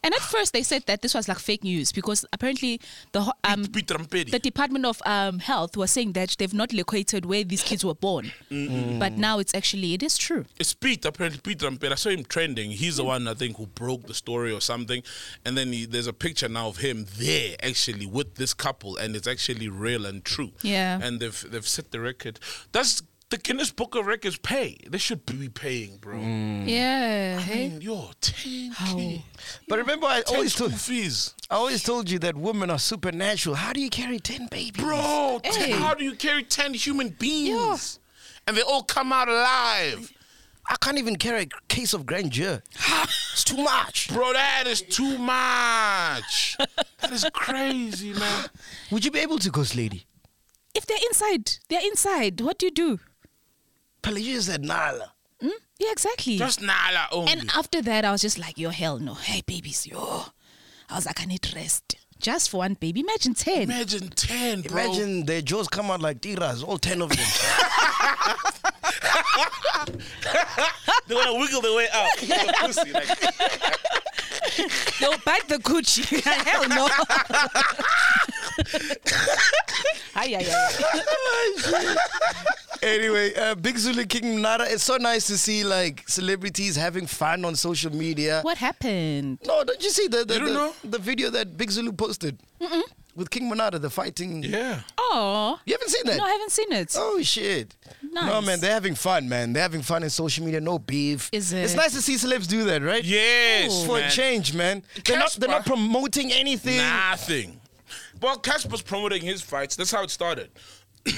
B: And at first they said that this was like fake news because apparently the ho- um,
A: Be trumpety.
B: the Department of um, Health was saying that they've not located where these kids were born,
C: Mm-hmm.
B: but now it's actually it is true.
A: It's Pete, apparently Pete Rampere. I saw him trending. He's
C: Hmm.
A: the one I think who broke the story or something. And then he, there's a picture now of him there actually with this couple, and it's actually real and true.
B: Yeah.
A: And they've they've set the record. That's the Guinness Book of Records pay. They should be paying, bro.
C: Hmm. Mm.
B: Yeah.
A: I
C: Ah.
A: mean, yo, ten kids,
C: But remember, I
A: ten
C: always
A: school
C: told
A: fees,
C: I always told you that women are supernatural. How do you carry ten babies,
A: bro. 10
B: Hey.
A: how do you carry ten human beings, and they all come out alive?
C: I can't even carry a case of (laughs) grandeur. it's too much.
A: Bro, that is too much.
C: (laughs)
A: that is crazy, man.
C: Would you be able to, ghost lady?
B: If they're inside, they're inside. What do you do?
C: Pelagia said, Nala.
B: Hmm? Yeah, exactly.
A: Just Nala only.
B: and after that, I was just like, yo, hell no. Hey, babies, yo. I was like, I need rest. Just for one baby. Imagine 10.
A: Imagine 10, bro.
C: Imagine their jaws come out like tiras, all ten of them.
A: They're going to wiggle their way out. Pussy, like,
B: No, bite the Gucci. (laughs) Hell
C: (laughs)
B: no. ay, ay, ay.
C: (laughs) anyway, uh, Big Zulu King Nara, it's so nice to see like celebrities having fun on social media.
B: What happened?
C: No, don't you see the the,
A: You don't
C: the,
A: know?
C: the video that Big Zulu posted with King Monada, the fighting?
A: yeah.
B: Oh.
C: You haven't seen that?
B: No, I haven't seen it.
C: Oh shit! No
B: Nice.
C: man, they're having fun, man. They're having fun in social media. No beef.
B: Is
C: It's
B: it?
C: nice to see celebs do that, right?
A: Yes,
C: for
A: man.
C: a change, man. They're not, they're not
A: Casper.
C: promoting anything.
A: Nothing. Well, Casper's promoting his fights. That's how it started. (coughs)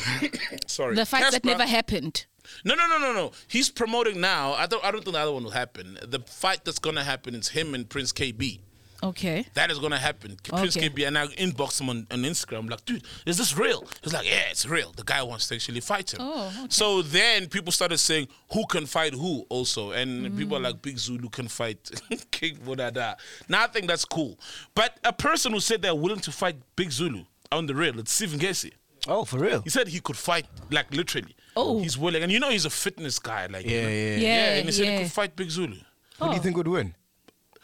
A: Sorry.
B: The fights that
A: Casper-
B: never happened.
A: No, no, no, no, no. He's promoting now. I don't, I don't think the other one will happen. The fight that's going to happen is him and Prince KB.
B: Okay.
A: That is gonna happen. Prince
B: Okay.
A: KB and I inbox him on, on Instagram. I'm like, dude, is this real? He's like, yeah, it's real. The guy wants to actually fight him.
B: Oh, okay.
A: So then people started saying who can fight who also, and people are like Big Zulu can fight (laughs) King Vodada. Now I think that's cool. But a person who said they're willing to fight Big Zulu on the real, it's Stephen Gessie.
C: Oh, for real?
A: He said he could fight, like literally.
B: Oh.
A: he's willing, and you know he's a fitness guy. Like, you know?
C: yeah.
B: Yeah,
A: and he said
B: yeah. Oh.
A: he could fight Big Zulu.
C: Who do you think would win?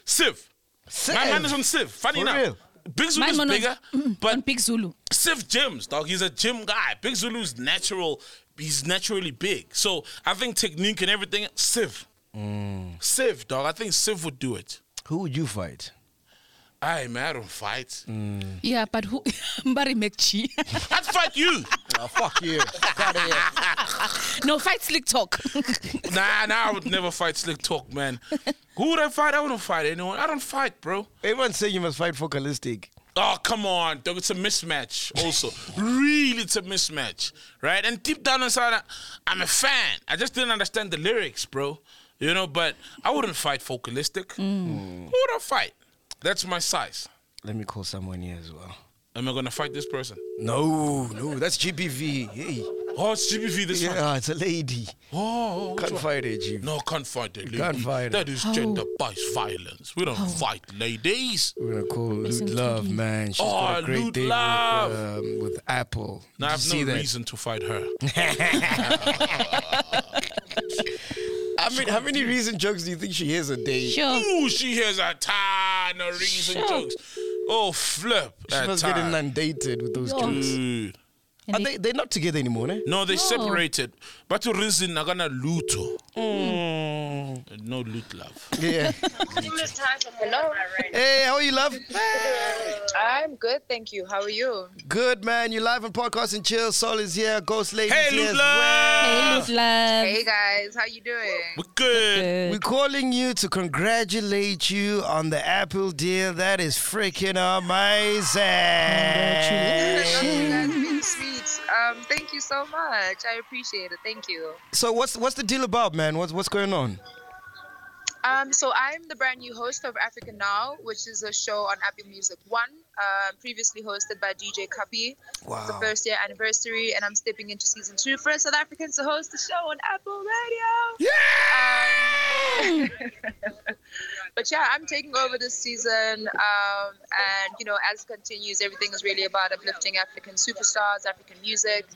A: Siv. My man is on Siv. Funny
C: For
A: enough.
C: real?
A: Big
B: My
A: Zulu's
B: man was-
A: bigger,
B: mm,
A: but
B: on Big Zulu.
A: Siv gyms, dog. He's a gym guy. Big Zulu's natural he's naturally big. So I think technique and everything, Siv.
C: Mm.
A: Siv, dog. I think Siv would do it.
C: Who would you fight?
A: I man, I don't fight.
C: Mm.
B: Yeah, but who? (laughs) Mbari McChee.
A: I'd fight
C: (laughs)
A: you.
C: Oh, fuck you.
B: (laughs) no, fight slick talk. (laughs)
A: nah, nah, I would never fight Slick Talk,
C: (laughs)
A: man. Who would I fight? I wouldn't fight anyone. I don't fight, bro.
C: Everyone's saying you must fight for Kalistic.
A: Oh, come on, dog. It's a mismatch, also. really, it's a mismatch, right? And deep down inside, I- I'm a fan. I just didn't understand the lyrics, bro. You know, but I wouldn't fight Focalistic.
C: Mm.
A: Who would I fight? That's my size.
C: Let me call someone here as well.
A: Am I going to fight this person?
C: No, no, that's GBV. Hey.
A: Oh, it's GBV this one.
C: (laughs) Yeah, it's a lady.
A: Oh, which
C: Can't
A: one?
C: fight her, GBV.
A: No, can't fight that lady.
C: Can't fight her.
A: That is gender-based violence. We don't fight ladies.
C: We're gonna call Lude Love, man. She's got
A: Oh,
C: a great
A: Lude
C: date with,
A: Love.
C: um, with Apple.
A: Now, I have
C: Did you
A: no
C: see that?
A: reason to fight her.
C: I mean, how many reason jokes do you think she hears a day?
H: Sure.
A: Ooh, she hears a ton of reason
H: Sure.
A: jokes. Oh, flip.
C: She
A: a
C: must get
A: ton.
C: inundated with those
H: Yo.
C: jokes.
A: Dude.
C: Are they, they're not together anymore, eh?
A: No, they
B: No.
A: separated. But to reason, nagana luto.
B: Mm.
A: No loot love.
C: Yeah.
I: Hello.
C: (laughs) hey, how are you, love?
I: I'm good, thank you. How are you?
C: Good, man. You're live on Podcast and Chill. Sol is here. Ghost Lady
A: Hey,
C: is here.
A: loot
C: as
A: love.
B: hey, Luke love.
I: Hey guys, how you doing?
A: We're good.
C: well. We're calling you to congratulate you on the Apple deal. That is freaking amazing.
I: That's you guys being sweet. Um, thank you so much. I appreciate it. Thank you.
C: So what's what's the deal about, man? What's what's going on?
I: Um, so I'm the brand new host of Africa Now, which is a show on Apple Music One, um, previously hosted by DJ Cuppy. It's the first year anniversary, and I'm stepping into season two. First South Africans to host the show on Apple Radio. Yeah. (laughs) but yeah, I'm taking over this season, um, and you know, as it continues, everything is really about uplifting African superstars, African music.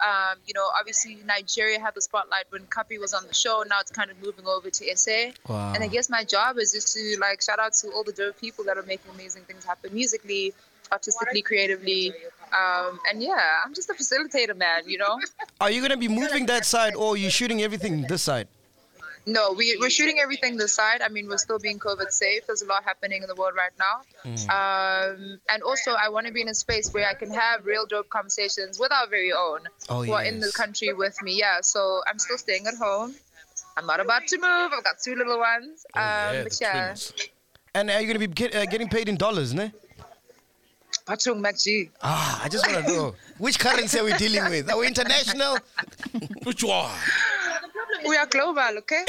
I: Um, you know, obviously Nigeria had the spotlight when Kapi was on the show. Now it's kind of moving over to SA.
C: Wow.
I: And I guess my job is just to like shout out to all the dope people that are making amazing things happen musically, artistically, creatively. Um, and yeah, I'm just a facilitator, man. You know.
C: Are you gonna be moving that side or are you shooting everything this side?
I: No, we, we're shooting everything this side. I mean, we're still being COVID safe. There's a lot happening in the world right now.
C: Mm.
I: Um, and also, I want to be in a space where I can have real dope conversations with our very own
C: Oh,
I: who are in the
C: yes.
I: country with me. Yeah, so I'm still staying at home. I'm not about to move. I've got two little ones.
C: Oh,
I: Um, but yeah,
C: And are you gonna be get, uh, getting paid in dollars, ne?
I: Patung MacG.
C: Ah, I just wanna know which currency are we dealing with? Are we international?
A: Which one?
I: We are global, okay?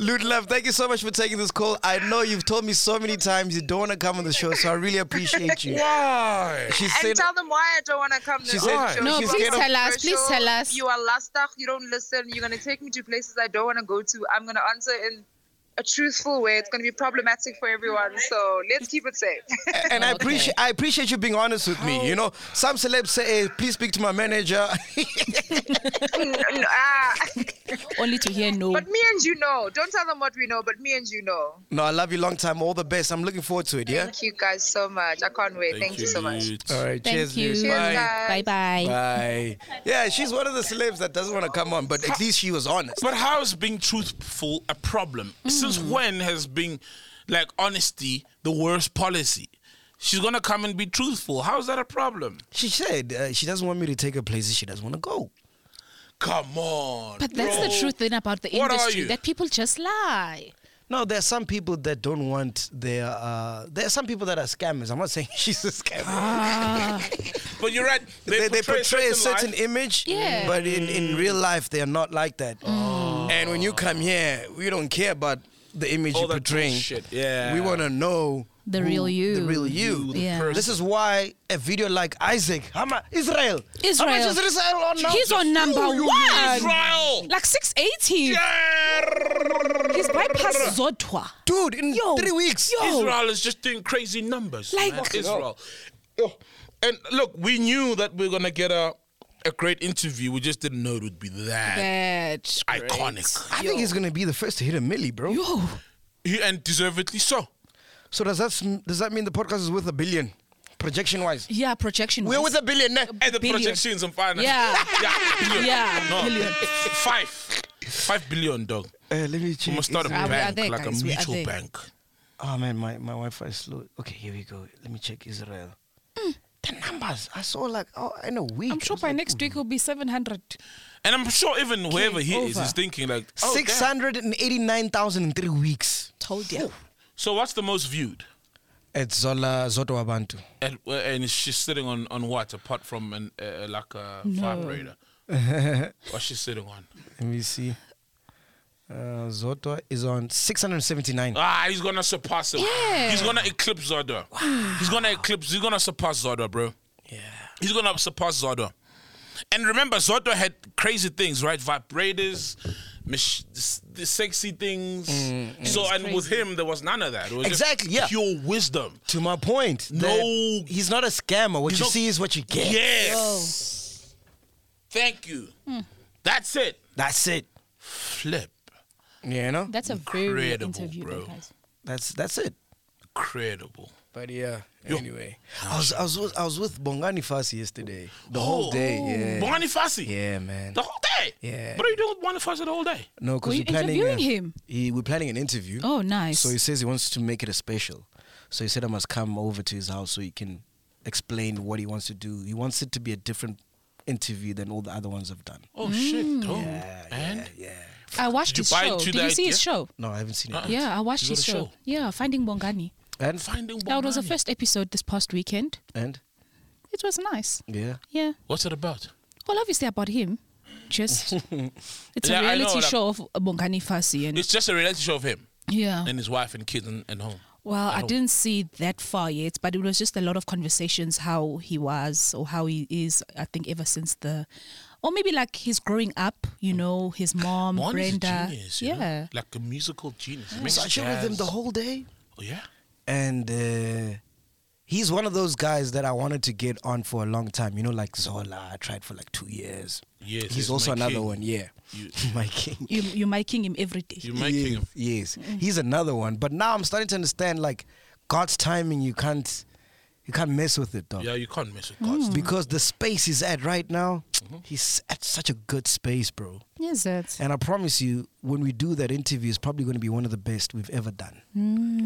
C: Lude Love, thank you so much for taking this call. I know you've told me so many times you don't wanna come on the show, so I really appreciate you.
A: Why?
C: She
I: And
C: said
I: tell them why I don't want to come.
C: She
I: to
C: said-
I: the show.
C: No,
I: You
C: please
I: are
C: tell
B: us, please
I: controversial.
B: tell us.
I: You are lustach. You don't listen. You're gonna take me to places I don't want to go to. I'm gonna answer in a truthful way. It's gonna be problematic for everyone. So let's keep it safe. (laughs)
C: and I appreciate I appreciate you being honest with me. You know, some celebs say, hey, please speak to my manager. (laughs)
I: Ah,
B: Only to hear no.
I: but me and you know. Don't tell them what we know. But me and you know.
C: no, I love you long time. All the best. I'm looking forward to it, yeah?
I: Thank you guys so much. I can't wait. Thank, you so much.
C: All right,
B: Thank
C: cheers,
B: you.
C: Lude.
I: Cheers,
C: Bye.
I: guys.
B: Bye bye.
C: Bye. Yeah, she's one of the celebs that doesn't want to come on, but at least she was honest.
A: But how is being truthful a problem?
B: Mm.
A: Since when has being like honesty the worst policy? She's gonna come and be truthful. How is that a problem?
C: She said uh, she doesn't want me to take her places she doesn't want to go.
A: Come on.
B: But that's the
A: bro.
B: truth then about the
A: What are
B: industry
A: you?
B: that people just lie.
C: No, there are some people that don't want their. Uh, there are some people that are scammers. I'm not saying (laughs) she's a scammer.
A: But you're right.
C: they,
A: They,
C: they portray, a certain
A: life.
C: Mm. image,
B: Yeah.
C: but in, in real life they are not like that. And when you come here, we don't care about the image
A: All
C: you're
A: that
C: portraying.
A: bullshit, yeah.
C: We want to know
B: The
C: who-
B: real you.
C: The real you.
B: the Yeah. person.
C: This is why a video like Isaac, how much Israel,
B: Israel.
C: how much is Israel on now?
B: He's on number one.
A: Israel.
B: Like 680. He's
C: (laughs)
B: bypassed Zodwa.
C: dude in
B: Yo.
C: three weeks.
B: Yo.
A: Israel is just doing crazy numbers.
B: Like-
A: man. Israel. And look, we knew that we are gonna get a a great interview. We just didn't know it would be that
B: That's
A: iconic.
C: I think he's gonna be the first to hit a milli, bro.
B: Yo.
A: He- And deservedly so.
C: So does that s- does that mean the podcast is worth a billion? Projection wise.
B: Yeah, projection.
C: We're with a billionaire.
A: And the projections and finance.
B: Yeah.
A: (laughs) yeah, billion.
B: Yeah,
A: no.
B: billion.
A: Five, five billion, dog.
C: Uh, let me
A: We must start a
B: Is it- Are we- are
A: bank,
B: they,
A: like
B: guys?
A: a
B: We are
A: mutual
B: they?
A: bank.
C: Oh man, my, my Wi-Fi is slow. Okay, here we go. Let me check Israel. The numbers I saw like oh in a week.
B: Mm. I'm sure by next week it'll be 700.
A: And I'm sure even whoever he is
B: over.
A: is thinking like, oh, damn.
C: Six hundred and eighty-nine thousand in three weeks.
B: Told you.
A: So what's the most viewed?
C: At Zola Zoto Abantu.
A: And, uh, and she's sitting on, on what apart from an uh, like a
B: No. (laughs)
A: vibrator? What's she sitting on?
C: Let me see. Uh, Zoto is on 679.
A: Ah, he's gonna surpass him.
B: Yeah.
A: He's gonna eclipse Zodor. He's gonna eclipse. He's gonna surpass Zodor, bro.
C: Yeah.
A: He's gonna surpass Zodor. And remember, Zodor had crazy things, right? Vibrators, mach- s- the sexy things.
C: Mm,
A: So,
B: It's
A: and with
B: crazy.
A: him, there was none of that. It was just
C: Exactly, yeah.
A: Pure wisdom.
C: To my point.
A: No.
C: that He's not a scammer. What
A: He's
C: you
A: not-
C: see is what you get.
B: Oh,
A: Yes. Thank you.
B: Hmm.
A: That's it.
C: That's it.
A: Flip.
C: You know?
B: That's a very
A: Incredible,
B: interview,
A: bro.
B: though, guys.
C: That's that's it.
A: Incredible.
C: But yeah, anyway. I was I was with, I was with Bongani Fasi yesterday. The whole
A: Oh.
C: day. Yeah.
A: Bonnie Fassi.
C: yeah, man.
A: The whole day.
C: Yeah.
A: What are you doing with Bonnie Fassi the whole day?
C: No, because
B: Were you
C: we're planning
B: interviewing
C: uh,
B: him?
C: He, we're planning an interview.
B: Oh, nice.
C: So he says he wants to make it a special. So he said I must come over to his house so he can explain what he wants to do. He wants it to be a different interview than all the other ones I've done.
A: Oh shit. Dope. and
B: I watched
A: Did you
B: his
A: buy
B: show.
A: into
B: Did
A: the
B: you see his
A: idea?
B: show?
C: No, I haven't seen
A: Uh,
C: it.
B: Yeah, I watched
A: You got
B: his
A: a
B: show.
A: show?
B: Yeah, Finding Bongani.
C: And
A: finding
B: That was the
A: Bongani.
B: first episode this past weekend.
C: and
B: It was nice.
C: yeah.
B: Yeah.
A: What's it about?
B: Well, obviously about him.
A: (laughs)
B: Just it's
A: Yeah,
B: a
A: I know,
B: reality
A: like-
B: show of Bongani Fasi, and
A: It's just a reality show of him
B: yeah.
A: and Oh. his wife and kids and, and home.
B: well, I
A: don't-
B: didn't see that far yet, but it was just a lot of conversations how he was or how he is. I think ever since the, or maybe like his growing up. You know, his mom,
A: Bonnie's a
B: Um, Brenda.
A: genius. you know?
B: yeah.
A: Like a musical genius. He makes
C: So I chilled with him
A: jazz.
C: the whole day.
A: Oh, yeah.
C: And uh, he's one of those guys that I wanted to get on for a long time. You know, like Zola, I tried for like two years.
A: Yes,
C: He's
A: yes,
C: also
A: my
C: another
A: king.
C: one, yeah.
A: You-
C: (laughs) my king.
B: You you're making him every day.
A: You're making him.
C: Yes, he's another one. But now I'm starting to understand like God's timing. You can't, you can't mess with it, dog.
A: Yeah, you can't mess
B: Mm.
A: with God's
C: Because the space he's at right now,
A: Mm-hmm.
C: he's at such a good space, bro.
B: Yes, that's
C: And I promise you, when we do that interview, it's probably going to be one of the best we've ever done.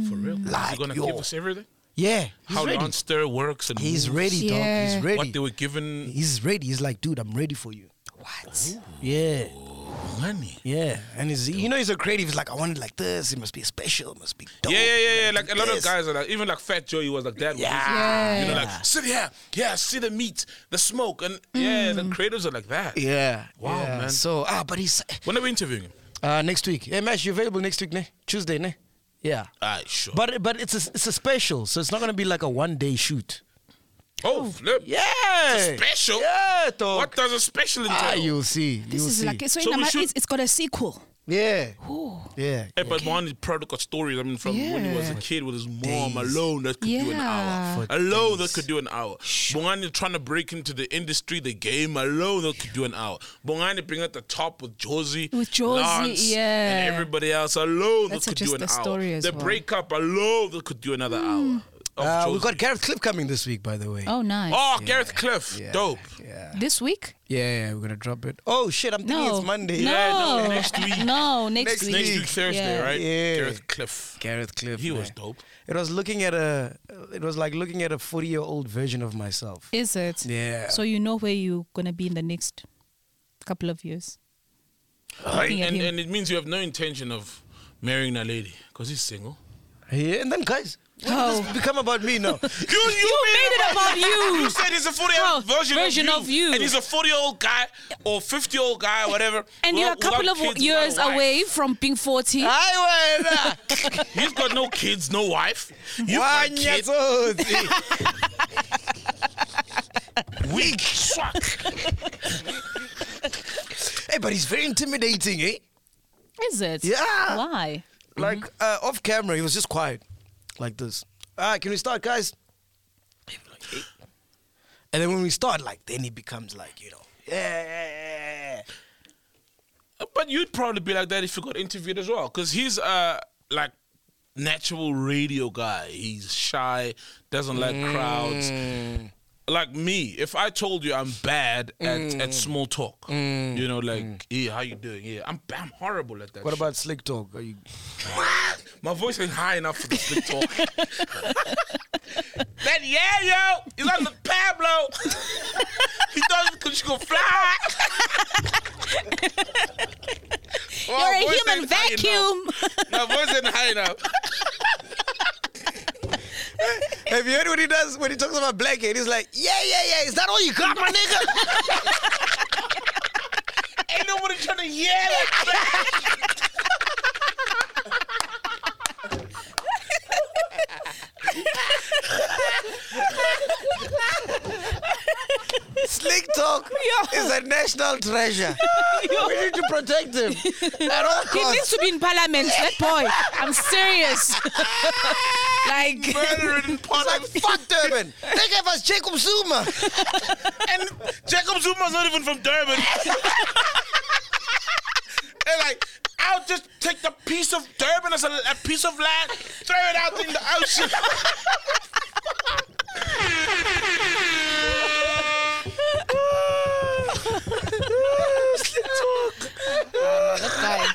A: for real. Is he
C: Like,
A: gonna
C: yo.
A: give us everything?
C: Yeah, he's
A: How
C: ready.
A: the stir works and
C: He's
A: moves,
C: ready, dog.
B: Yeah.
C: He's ready.
A: What they were given.
C: he's ready. He's like, dude, I'm ready for you.
B: what.
C: Yeah,
A: Money.
C: yeah. And he's, you know, he's a creative. He's like, I want it like this. It must be special. It must be dope.
A: Yeah, yeah, yeah, yeah.
C: It must
A: Like
C: be
A: a lot of
C: this."
A: guys are like, even like Fat Joe, he was like that.
C: Yeah.
A: You know, like sit here, yeah, see the meat, the smoke, and yeah, the creators are like that.
C: Yeah.
A: Wow,
C: yeah.
A: man.
C: So ah, but he's
A: When are we interviewing him?
C: uh, next week. Hey, Mash, you available next week, ne? Tuesday, ne? Yeah.
A: Ah, sure.
C: But but it's a, it's a special, so it's not gonna be like a one day shoot.
A: oh, flip.
C: Yeah.
A: Special.
C: Yeah, dog.
A: What does a special entail?
C: Ah, you'll see. This
B: This
C: you'll
B: is
C: see.
B: like
A: So
B: so. in
A: we
B: Ama-
A: should-
B: it's, it's got a sequel.
C: yeah. Yeah.
A: Hey, but one is product of stories. I mean, from when he was a
B: Yeah.
A: kid with his mom alone, that could do an hour.
B: Yeah.
A: alone, that could do an hour. Bongani trying to break into the industry, the game alone, that could do an hour. Bongani being at the top with Josie,
B: With Josie,
A: Lance,
B: yeah.
A: and everybody else alone,
B: That's
A: that could
B: just
A: do an
B: the
A: hour.
B: story as
A: the
B: well. Hmm.
A: breakup alone, that could do another hour. of
C: Uh, we've
A: Josie.
C: got Gareth Clip coming this week, by the way.
B: Oh, nice.
A: Oh, Gareth Cliff, dope.
C: Yeah.
B: This week?
C: Yeah, yeah, we're gonna drop it. Oh shit, I'm thinking
B: No.
C: it's Monday.
B: No.
A: Yeah, no, next week.
B: (laughs) No, next,
C: Next
B: week.
A: Next week Thursday,
B: Yeah.
A: right?
C: Yeah.
A: Gareth Cliff.
C: Gareth Clip.
A: He was
C: man.
A: dope.
C: It was looking at a. It was like looking at a forty-year-old version of myself.
B: Is it?
C: Yeah.
B: So you know where you're gonna be in the next couple of years.
A: And,
B: at
A: and,
B: him.
A: and it means you have no intention of marrying a lady because he's single.
C: Yeah, and then guys,
B: Oh.
C: it's become about me now.
A: You, you, made
B: it about you.
A: You said he's a 40 year
B: How?
A: old version,
B: Version
A: of,
B: of
A: you.
B: you.
A: And he's a 40 year old guy or 50 year old guy, whatever.
B: And you're a
A: without-
B: couple
A: without
B: of
A: kids, without a
B: years
A: wife.
B: away from being 40.
C: I went.
A: He's got no kids, no wife. You got a
C: One year
A: kid.
C: old.
A: (laughs) Weak. Suck.
C: Hey, but he's very intimidating, eh?
B: Is it?
C: Yeah.
B: Why?
C: Like uh, off camera, he was just quiet, like this. All right, can we start, guys? Like, "Hey." And then when we start, like, then he becomes like, you know, yeah, yeah, yeah, yeah.
A: But you'd probably be like that if you got interviewed as well because he's uh like natural radio guy. He's shy, doesn't like crowds.
B: Mm.
A: Like me, if I told you I'm bad at,
B: Mm.
A: at small talk, you know, like, yeah, how you doing? Yeah, I'm, I'm horrible at that.
C: What
A: shit.
C: about slick talk? Are you (laughs)
A: My voice ain't high enough for the slick talk. (laughs) that yeah, yo, he's on the Pablo. (laughs) he does it because she gonna fly. Well,
H: You're
A: my
H: a
A: voice
H: human
A: ain't high
H: vacuum.
A: enough.
B: (laughs)
A: My voice ain't high enough.
C: (laughs) Have you heard what he does when he talks about black hair? He's like, yeah, yeah, yeah. Is that all you got, my nigga?
A: (laughs) Ain't nobody trying to yell at me.
C: Slick talk is a national treasure. We need to protect him at all
H: He needs
C: costs.
H: to be in parliament, that boy. I'm
A: (laughs)
H: serious. like,
A: Murdering
C: It's like,
A: Parliament.
C: fuck Durban. (laughs) They gave us Jacob Zuma.
A: And Jacob Zuma's not even from Durban.
C: (laughs)
A: and like, I'll just take the piece of Durban as a, a piece of land, throw it out in the ocean.
H: that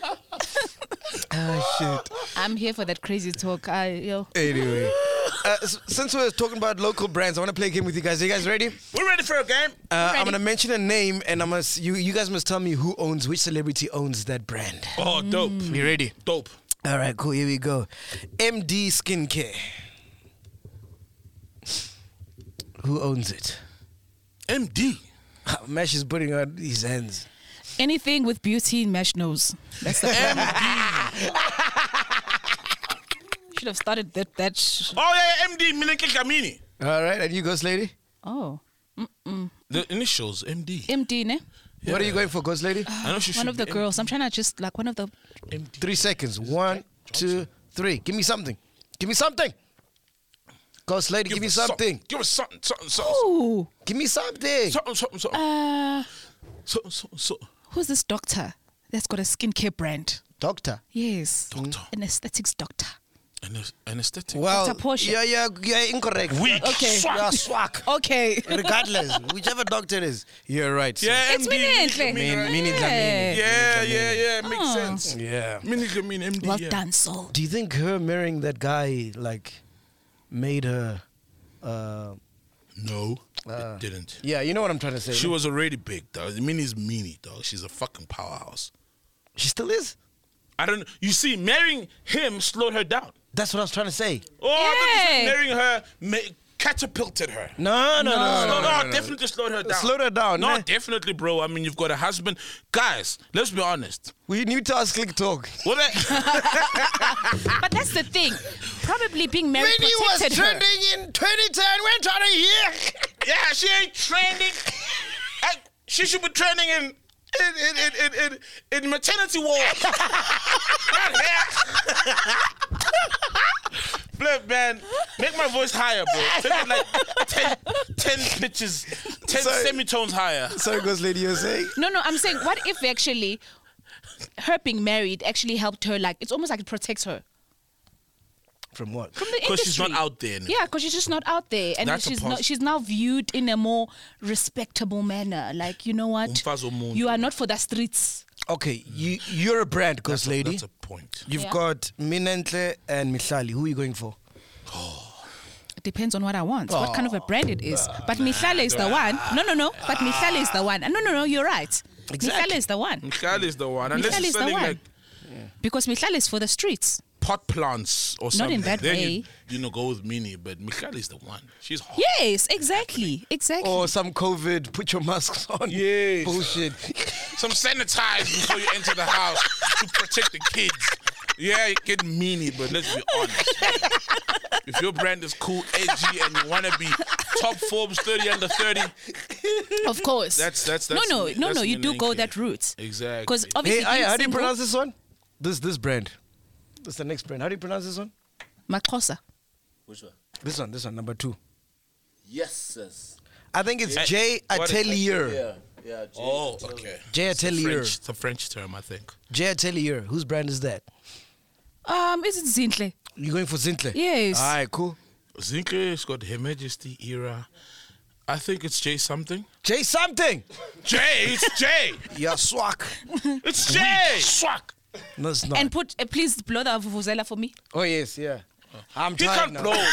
H: guy. I'm here for that crazy talk. I, yo.
C: Anyway, uh, s- since we're talking about local brands, I want to play a game with you guys. Are you guys ready?
A: We're ready for a game.
C: Uh, I'm
H: Ready.
C: gonna mention a name, and I must you you guys must tell me who owns which celebrity owns that brand.
A: Oh, dope.
C: You ready?
A: Dope.
C: All right, cool. Here we go. MD Skincare. Who owns it?
A: MD.
C: Mesh is putting out his hands.
B: Anything with beauty, Mesh knows. That's the problem. (laughs) Should have started that. That. Sh-
A: Oh, yeah, yeah MD. Mineke Kamini.
C: All right, and you Ghost Lady.
B: oh,
A: The initials, MD.
B: MD, ne?
C: What are you going for, Ghost Lady?
A: I know she
B: One
A: should
B: of the
A: be
B: girls. I'm trying to just like one of the.
C: Three seconds. One, two, three. Give me something. Give me something. Ghost Lady, give, me
A: us
C: something.
A: Give us something, something, something,
B: Ooh,
C: Give me something.
A: something, something, something,
B: uh,
A: something, something, something.
B: who's this doctor that's got a skincare brand?
C: Doctor.
B: Yes,
A: Doctor.
B: an aesthetics doctor.
A: Anes- Anesthetic.
C: Well,
B: Dr. Portia.
C: yeah, yeah, yeah, incorrect.
A: Weak.
B: Okay.
C: Swag. Yeah, swag.
A: (laughs)
B: Okay,
C: Regardless, (laughs) whichever doctor it is, you're right. So.
A: Yeah,
B: It's
A: MD.
B: Minenhle.
A: Mineke Kamini.
B: Yeah.
C: Mini
A: Yeah, yeah, yeah. Makes sense.
C: Yeah.
A: Mineke Kamini, MD.
B: Oh. well
A: yeah.
B: done, Sol.
C: Do you think her marrying that guy like made her? Uh,
A: No, it didn't.
C: yeah, you know what I'm trying to say.
A: She
C: no?
A: was already big, dog. Minnie's meanie, dog. She's a fucking powerhouse.
C: She still is.
A: I don't. You see, marrying him slowed her down.
C: That's what I was trying to say.
A: Oh, I thought you
B: Yay.
A: said marrying her ma- catapulted her.
C: No, no, no. no, no, no, no.
A: definitely slowed her down.
C: Slowed her down,
A: No,
C: man.
A: definitely, bro. I mean, you've got a husband. Guys, let's be honest.
C: We need to ask Click Talk.
A: What the-
B: Ah, But that's the thing. Probably being married
C: Minnie
B: protected her.
C: in 2010, we're trying to (laughs) hear.
A: yeah, she ain't training. Hey, she should be training in in in in in, in maternity ward. Not here. Flip, man, make my voice higher, bro. Take it like 10, 10 pitches, 10
C: Sorry.
A: semitones higher.
C: Sorry, Ghost Lady, you're saying?
B: No, no, I'm saying what if actually her being married actually helped her? Like it's almost like it protects her
C: From what?
B: from the industry.
A: Because she's not out there. anymore.
B: Yeah, because she's just not out there, and
A: That's a
B: she's
A: pos-
B: not, she's now viewed in a more respectable manner. Like you know what,
A: Umfazi womuntu.
B: you are not for the streets.
C: Okay, you, you're a brand, Ghost Lady.
A: That's a point.
C: You've
B: Yeah.
C: got Minentle and Mihlali. Who are you going for?
B: It depends on what I want, what kind of a brand it is. but Mihlale is the one. No, no, no. But Mihlale is the one. No, no, no. You're right.
C: Exactly.
B: Mihlale is the one
A: Michal is the one. Unless
B: Michal
A: you're
B: is the
A: selling
B: one.
A: like
B: because Mihlale is for the streets.
A: pot plants or something.
B: in that
A: then You,
B: way.
A: you know, go with Mini, but Michal is the one. She's hot.
B: Yes, exactly, exactly.
A: Oh,
C: Or Oh, some COVID, put your masks on.
A: Yes.
C: Bullshit.
A: some sanitize before you enter the house to protect the kids. Yeah, you get meanie, but let's be honest. If your brand is cool, edgy, and you want to be top Forbes 30 under 30,
B: Of course.
A: That's- that's-
B: no,
A: that's
B: no,
A: me-
B: no,
A: that's
B: no. You do
A: Minenhle.
B: go that route.
A: Exactly.
B: Because obviously,
C: hey, I,
B: being
C: how do you
B: single-
C: pronounce this one? This this brand. That's the next brand. How do you pronounce this one?
B: Makosa.
E: Which one?
C: This one, this one, number two.
E: Yes, sis.
C: I think it's Jay
A: what is-
C: Atelier.
E: Yeah, yeah. Jay.
A: oh, okay.
C: Jay Atelier.
A: French, it's a French term, I think.
C: Jay Atelier. Whose brand is that?
H: Um, is it Zintle?
C: You going for Zintle?
H: Yes.
C: All right, cool.
A: Zinke has got Her Majesty era. I think it's Jay something.
C: Jay something.
A: Jay, it's Jay.
C: yeah, swak.
A: It's Jay.
C: Swak. No, it's not.
B: And put, uh, please blow the vuvuzela for me.
C: oh yes, yeah. I'm
A: He
C: tired
A: Uh-huh. can't
C: now.
A: blow.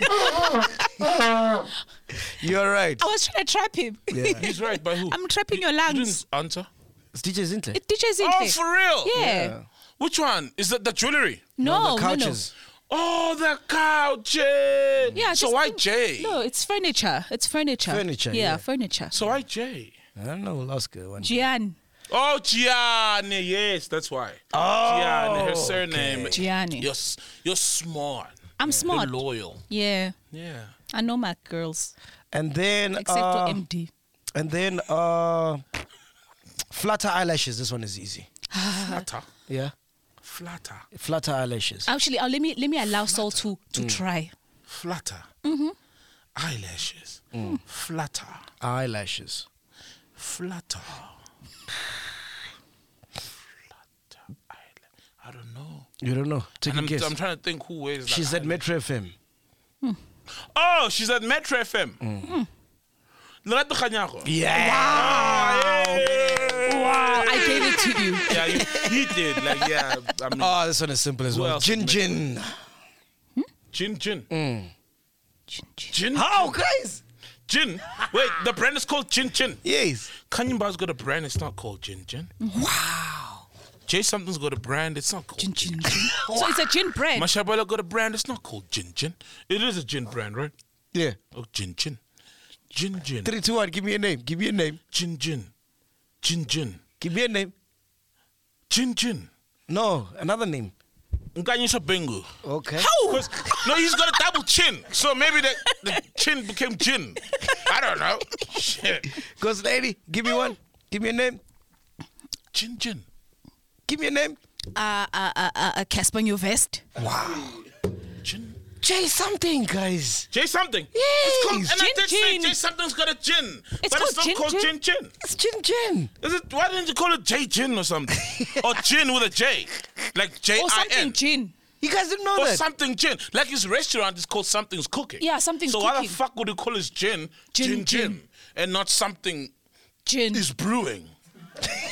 B: I
C: (laughs) You're right.
B: was trying to trap him. (laughs)
C: Yeah.
A: He's right by who?
B: I'm trapping your lungs.
A: Answer.
C: It's DJ Zintle.
B: It teaches
A: Oh, for real?
B: Yeah.
A: Which one? Is that the jewelry?
B: No, no,
C: the
B: no,
C: couches.
A: Oh, the couch. Jay.
B: Yeah,
A: So
B: just
A: why
B: think-
A: Jay?
B: No, it's furniture. It's furniture.
C: Furniture,
B: Yeah,
C: yeah.
B: furniture.
A: So why Jay?
C: I don't know. We'll ask her one. day.
B: Gian.
A: Oh, Gianni. Yes, that's why.
C: Oh,
A: Gianni, her surname.
C: okay.
B: Gianni.
A: You're, s- you're smart.
B: I'm smart.
A: You're loyal.
B: Yeah.
A: Yeah.
B: I know my girls.
C: And then
B: Except
C: uh,
B: for MD.
C: and then uh, flutter eyelashes. This one is easy.
A: Flatter.
C: Yeah,
A: Flatter.
C: flutter eyelashes.
B: Actually, uh, let me let me allow Saul to to
C: Mm.
B: try.
A: Flatter. Eyelashes. Flatter.
C: Mm. eyelashes.
A: Flatter. (sighs) Flatter eyelash. I don't know.
C: You don't know. Take
A: And
C: a
A: I'm,
C: guess.
A: I'm trying to think who wears that.
C: She's at
A: eyelash.
C: Metro FM.
A: Oh, she's at Metro FM.
B: Mm.
A: Lorato Kanyako.
C: Yeah.
B: Wow, I gave it to you.
A: Yeah, you, he did. Like, yeah. I mean,
C: Oh, this one is simple as
A: Who
C: well.
A: else
C: Jin
A: is
C: Jin.
A: Jin Jin.
B: Chin, chin.
A: Jin.
C: How, guys?
A: Jin. Wait, the brand is called Jin Jin.
C: Yes.
A: Kanyeba's got a brand. It's not called Jin Jin. Wow. Jay something's got a brand. It's not called
B: Chin,
A: (laughs)
B: chin, chin. so it's a gin bread.
A: Mashabala got a brand. It's not called Jin Jin. It is a gin brand, right?
C: Yeah.
A: Oh, Jin Jin. Jin Jin.
C: Three, two, one. Give me a name. Give me a name.
A: Jin Jin. Jin Jin.
C: Give me a name.
A: Jin Jin.
C: No, another name.
A: Nkanyisha Bengu.
C: Okay.
A: Because- No, he's got a double chin. So maybe the, the chin became Jin. I don't know. Shit.
C: Because lady, give me one. Give me a name.
A: Jin Jin.
C: Give me a name.
B: Uh, uh, uh, uh, uh, Casper, your vest.
A: Jin.
C: Jay something, guys.
A: Jay something.
C: Yes.
A: It's called, and I
B: Jin
A: did say
B: Jin.
A: Jay something's got a gin.
B: It's
A: but
B: called
A: it's not
B: Jin
A: called
B: Jin.
A: Jin Jin.
C: It's Jin Jin.
A: Is it? Why didn't you call it J Jin or
B: (laughs)
A: something? or Jin with a J, like J
B: Or
A: I
B: something
A: N.
B: gin.
C: You guys didn't know
A: Or
C: that.
A: something gin. Like his restaurant is called Something's Cooking.
B: Yeah, Something's
A: so why the
B: Cooking.
A: fuck would you call his gin
B: Jin
A: Jin Jin,
B: Jin.
A: and not something
B: Gin.
A: is brewing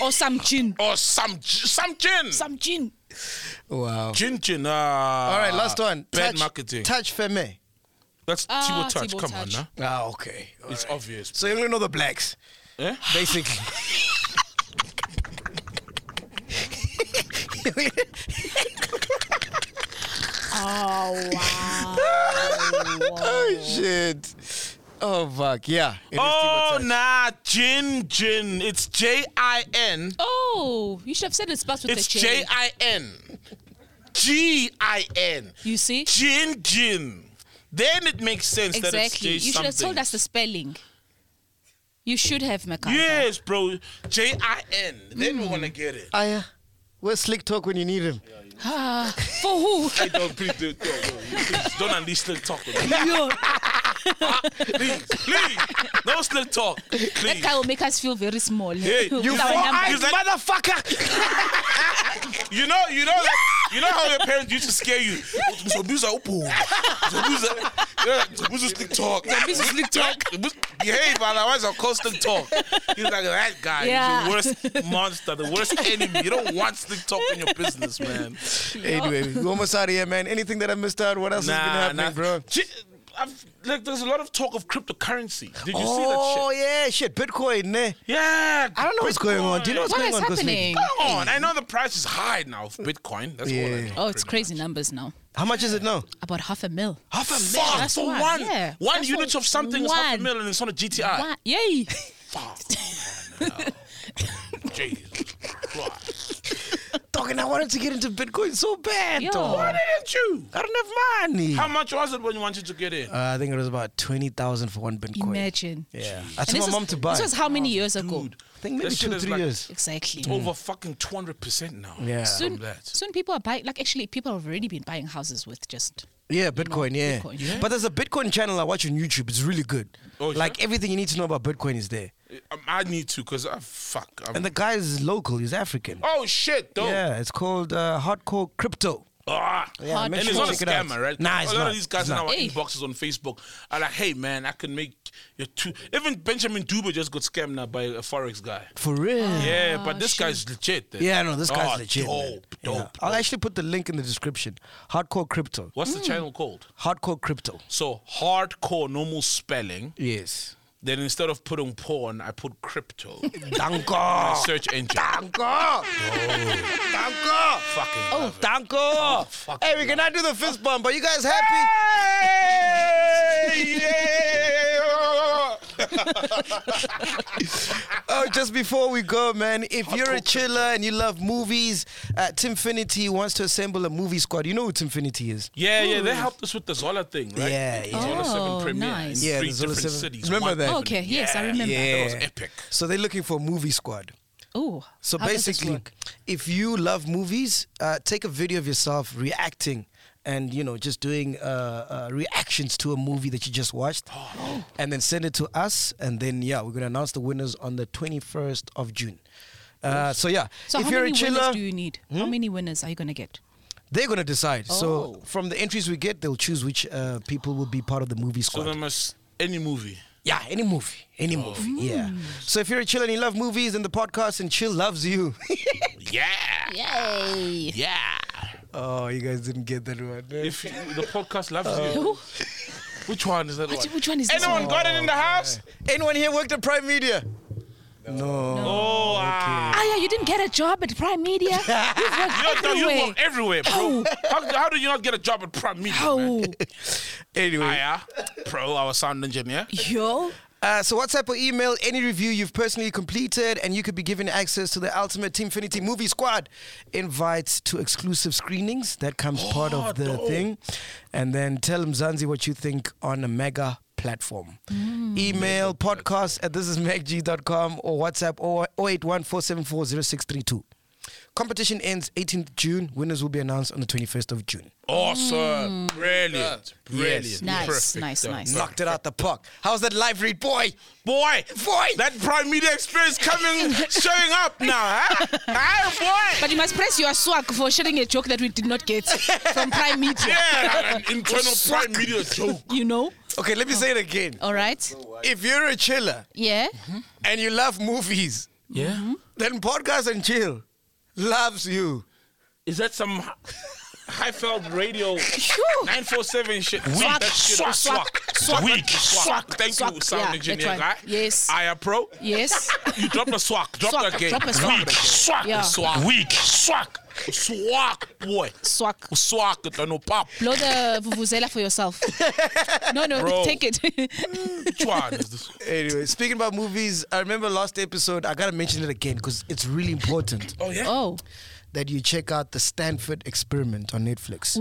B: Or some gin.
A: or some j- some gin?
B: Some gin.
C: Wow.
A: Gin Jin. Ah.
C: All right, last one.
A: Bad
C: touch,
A: marketing.
C: Touch Femme.
A: That's
B: Ah,
A: Tibo Touch.
B: Thibaut
A: Come
B: Touch.
A: on now.
C: Ah, okay. All
A: It's
C: right.
A: obvious.
C: So you only know the blacks,
A: Eh?
C: basically.
B: Oh wow.
C: (laughs) oh shit. Oh fuck. Yeah. It is
A: Oh,
C: Tibo Touch.
A: nah, Jin Jin. It's J I N.
B: Oh, you should have said it's spelled with
A: It's
B: a J.
A: J I N. G I N.
B: You see?
A: Jin Jin. Then it makes sense that it's
B: Exactly.
A: J
B: You should have told
A: something.
B: us the spelling. You should have, Makamba.
A: Yes, bro. J I N. Then
B: Hmm.
A: we're gonna get it.
C: Aya, where's Slick Talk when you need him?
B: Ah, for
A: (laughs)
B: who?
A: Hey, don't please don't, don't, please, don't at least still talk. with me.
B: Yo,
A: Please, please, no still talk.
B: that
A: Please.
B: guy will make us feel very small. (laughs)
A: Hey,
B: With
A: you
B: our
A: four-eyed
B: numbers.
A: like- (laughs)
C: motherfucker.
A: You know, you know, like, you know how your parents used to scare you. Zobuza upo. Zobuza. yeah, Zobuza slick talk. Zobuza slick talk. Behave, otherwise I'll call slick talk. He's like that guy.
B: Yeah.
A: He's the worst monster, the worst enemy. You don't want slick talk in your business,
B: (laughs)
A: man.
C: (laughs) anyway, we're almost out of here, man. Anything that I missed out? What else has
A: Nah,
C: been
A: nah,
C: happening, bro?
A: Ch- I've, like, there's a lot of talk of cryptocurrency. Did you
C: oh
A: see that shit?
C: yeah, shit. Bitcoin, ne?
A: Yeah.
C: I don't know what's going on. Do you know what's
B: What
C: going
B: is
C: on? Cosmic?
B: happening?
A: Come on, I know the price is high now of Bitcoin. That's all I
C: Yeah.
A: know.
B: Oh, it's crazy numbers now.
C: How much is it now?
B: About half a mil.
C: Half a
A: Fuck,
C: million.
B: That's
A: so
B: why,
A: one,
B: yeah.
A: one
B: That's
A: unit
B: why-
A: of something is half
B: one.
A: a million. It's on a GTI.
B: Why-
A: (laughs)
B: Yay!
A: Fuck. Come on now. Jesus Christ.
C: Talking. I wanted to get into Bitcoin so bad.
B: Yo.
C: dog.
B: Why
A: Didn't you?
C: I don't have money.
A: How much was it when you wanted to get in?
C: Uh, I think it was about twenty thousand for one Bitcoin.
B: Imagine.
C: Yeah, I
B: And
C: took
B: this
C: my
B: was-
C: mom to buy.
B: This was how many years ago?
A: Ah, Dude,
C: I think maybe
A: that shit
C: two,
A: is
C: three
A: like
C: years.
B: Exactly.
A: Over fucking 200% now.
C: Yeah.
A: From
B: Soon,
A: that.
B: soon people are buying. Like actually, people have already been buying houses with just.
C: Yeah, Bitcoin. Yeah.
B: Bitcoin. Yeah.
C: but there's a Bitcoin channel I watch on YouTube. It's really good.
A: Oh, is
C: like
A: there?
C: everything you need to know about Bitcoin is there.
A: Um, I need to because I fuck. I'm-
C: And the guy is local. He's African.
A: oh shit, though.
C: Yeah, it's called uh, Hardcore Crypto.
A: Ah,
C: Yeah,
A: and
C: make
A: it's
C: sure
A: not
C: you
A: a
C: check it out.
A: scammer, right?
C: Nah,
A: a
C: it's
A: lot
C: not.
A: of these guys
C: It's
A: in
C: not.
A: our inboxes on Facebook are like, "Hey, man, I can make your two. Even Benjamin Duba just got scammed now by a forex guy.
C: For real?
B: Ah,
A: yeah, but this guy's legit. eh?
C: Yeah, no, this guy's
A: Oh,
C: legit. man.
A: Dope, dope.
C: Yeah. I'll actually put the link in the description. Hardcore crypto.
A: What's
B: Hmm.
A: the channel called?
C: Hardcore crypto.
A: So hardcore normal spelling.
C: Yes.
A: Then instead of putting porn, I put crypto.
C: (laughs) Danko.
A: Search engine.
C: Danko. Danko.
A: Fucking.
C: Oh, Danko. Hey, we cannot do the fist bump. Are you guys happy? (laughs) Oh, just before we go, man, if you're a chiller and you love movies, uh, Timfinity wants to assemble a movie squad. You know who Timfinity is?
A: Yeah, yeah, they helped us with the Zola thing, right?
C: Hmm. Yeah,
A: The
C: yeah.
A: Zola 7
B: Oh,
A: premiere
B: nice.
A: in
C: Yeah,
A: three
C: the Zola
A: different
C: 7.
A: cities.
C: Remember
A: One-
C: that?
B: Oh, okay, yes, I remember.
A: That was epic.
C: So they're looking for a movie squad.
B: Oh,
C: So
B: how does this
C: basically,
B: work?
C: if you love movies, uh, take a video of yourself reacting and you know just doing uh, uh, reactions to a movie that you just
B: (gasps)
C: watched, and then send it to us, and then yeah, we're gonna announce the winners on the 21st of June. Uh, so yeah,
B: so
C: if
B: how
C: you're
B: many
C: a chiller,
B: winners do you need?
A: Hmm?
B: How many winners are you gonna get?
C: they're gonna decide.
B: Oh.
C: So from the entries we get, they'll choose which uh, people will be part of the movie
A: So
C: squad.
A: they must any movie.
C: Yeah, any movie. Any movie.
B: Oh.
C: Yeah. So if you're a chill and you love movies and the podcast and chill loves you.
A: Yeah.
B: Yay!
A: Yeah.
C: (laughs) oh, you guys didn't get that one.
A: If you, the podcast loves
B: (laughs)
A: you. Which one is that
B: Which,
A: one?
B: which one is this Oh,
A: Anyone
B: one?
A: got it in the house?
C: Anyone here worked at Prime Media? No.
A: Oh, ah.
B: Ah, yeah, you didn't get a job at
A: (laughs)
B: Prime Media. You've
A: You,
B: worked
A: know, you
B: everywhere.
A: work everywhere, bro. how, how do you not get a job at Prime Media? (laughs)
B: Oh,
C: Anyway.
A: Aya, pro, our sound engineer.
B: yo.
C: Uh, so WhatsApp or email any review you've personally completed and you could be given access to the Ultimate Teamfinity Movie Squad invites to exclusive screenings. That comes part of the thing. And then tell Mzanzi what you think on a mega platform. Email podcast at thisismegg.com or oh WhatsApp 081 474 Competition ends 18th June. Winners will be announced on the 21st of June.
A: Awesome. Brilliant. Brilliant.
B: Nice,
A: Perfect.
B: nice,
A: done.
B: nice.
C: Knocked it out the park. How's that live read, boy?
A: Boy,
C: Boy!
A: that Prime Media experience coming, showing up now, huh? Hi, boy.
H: But you must press your swag for sharing a joke that we did not get from Prime Media.
A: (laughs) Yeah, an internal Prime Media joke.
B: (laughs) You know?
C: Okay, let me say it again.
B: All right.
C: If you're a chiller,
B: Yeah.
A: Mm-hmm.
C: and you love movies,
A: Yeah.
C: then Podcast and Chill loves you.
A: Is that some Highfeld Radio 947 shit? Weak.
H: Swag,
A: That shit
H: swag,
A: is
H: swag, swag,
A: Weak.
H: swag,
A: Thank you,
H: swag.
A: sound
H: Yeah,
A: engineer
H: that's
A: guy.
H: right. Yes.
A: Aya Pro.
H: Yes.
A: You dropped a swag. Drop
H: Swag,
A: that again.
H: drop a swag.
A: Weak. Swag.
H: Yeah.
A: Swag. Weak. Swag. Swag, boy.
H: Swag.
A: Swag. I know pop.
H: Blow the vuvuzela for
A: (laughs)
H: yourself. No, no,
A: Bro.
H: take
B: (laughs)
H: it.
A: Which one is this?
C: Anyway, speaking about movies, I remember last episode, I gotta mention it again because it's really important
A: Oh, yeah.
H: oh,
C: that you check out the Stanford experiment on Netflix.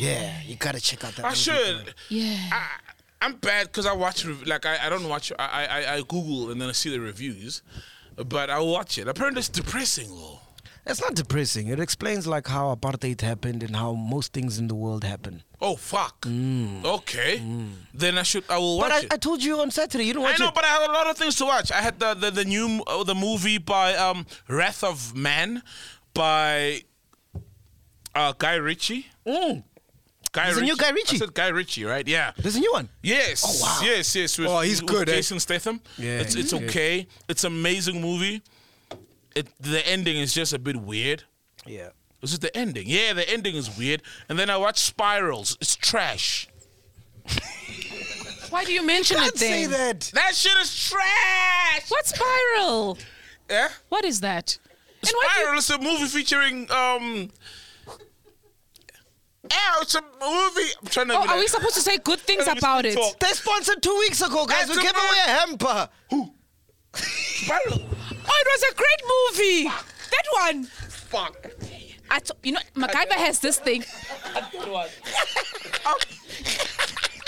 C: Yeah, you gotta check out that.
A: I
C: movie.
A: should.
H: yeah.
A: I, I'm bad because I watch rev- like I, I don't watch I, I I Google and then I see the reviews, but I watch it. Apparently it's depressing though.
C: It's not depressing. It explains like how apartheid happened and how most things in the world happen.
A: Oh fuck. Okay. Then I should I will watch
C: Mm. But I,
A: it.
C: I told you on Saturday, you don't
A: I
C: watch
A: know,
C: it.
A: but I had a lot of things to watch. I had the the, the new uh, the movie by um, Wrath of Man by uh, Guy Ritchie.
C: Mm.
A: Guy
C: There's a new Guy Ritchie.
A: I said Guy Ritchie, right? Yeah.
C: There's a new one.
A: Yes.
C: Oh, wow.
A: Yes, yes. With,
C: Oh, he's
A: with
C: good, eh?
A: Jason Statham.
C: Yeah,
A: It's,
C: he's
A: it's
C: good.
A: okay. It's an amazing movie. It, the ending is just a bit weird.
C: Yeah.
A: Is it the ending? Yeah, the ending is weird. And then I watched Spirals. It's trash.
H: Why do you mention it
C: Can't say
H: then?
C: that.
A: That shit is trash.
H: What spiral?
A: Yeah.
H: What is that? And why do you-
A: Spiral is a movie featuring um. Ow, it's a movie. I'm trying to.
H: Oh,
A: be like-
H: are we supposed to say good things
A: Let me
H: about it?
A: talk.
C: They sponsored two weeks ago, guys.
A: That's
C: we gave
A: a-
C: away a hamper.
A: Spiral.
H: Oh, it was a great movie. That one.
A: Fuck.
H: I t- you know, MacGyver has this thing. (laughs)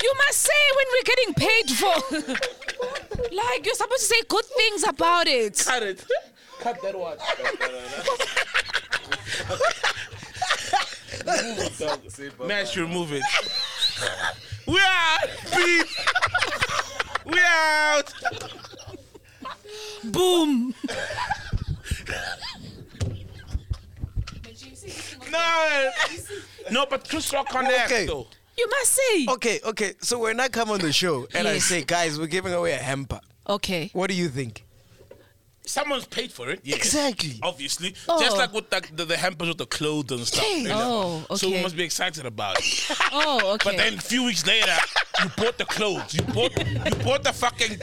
H: you must say when we're getting paid for. (laughs) like you're supposed to say good things about it.
A: Cut it. Cut that one. Mash, remove it. We out. Beep. We out.
H: Boom.
A: No, no, but Chris Rock connect though.
B: You must say.
C: Okay, okay. So when I come on the show and I
A: Yes.
C: say, guys, we're giving away a hamper.
B: Okay.
C: What do you think?
A: Someone's paid for it. Yes.
C: Exactly.
A: Obviously.
C: Oh.
A: Just like with the, the, the hampers with the clothes and stuff.
C: Hey.
A: you know.
B: Oh,
A: So
B: okay.
A: we must be excited about it.
B: Oh, okay.
A: But then a few weeks later, you bought the clothes. You bought you bought the fucking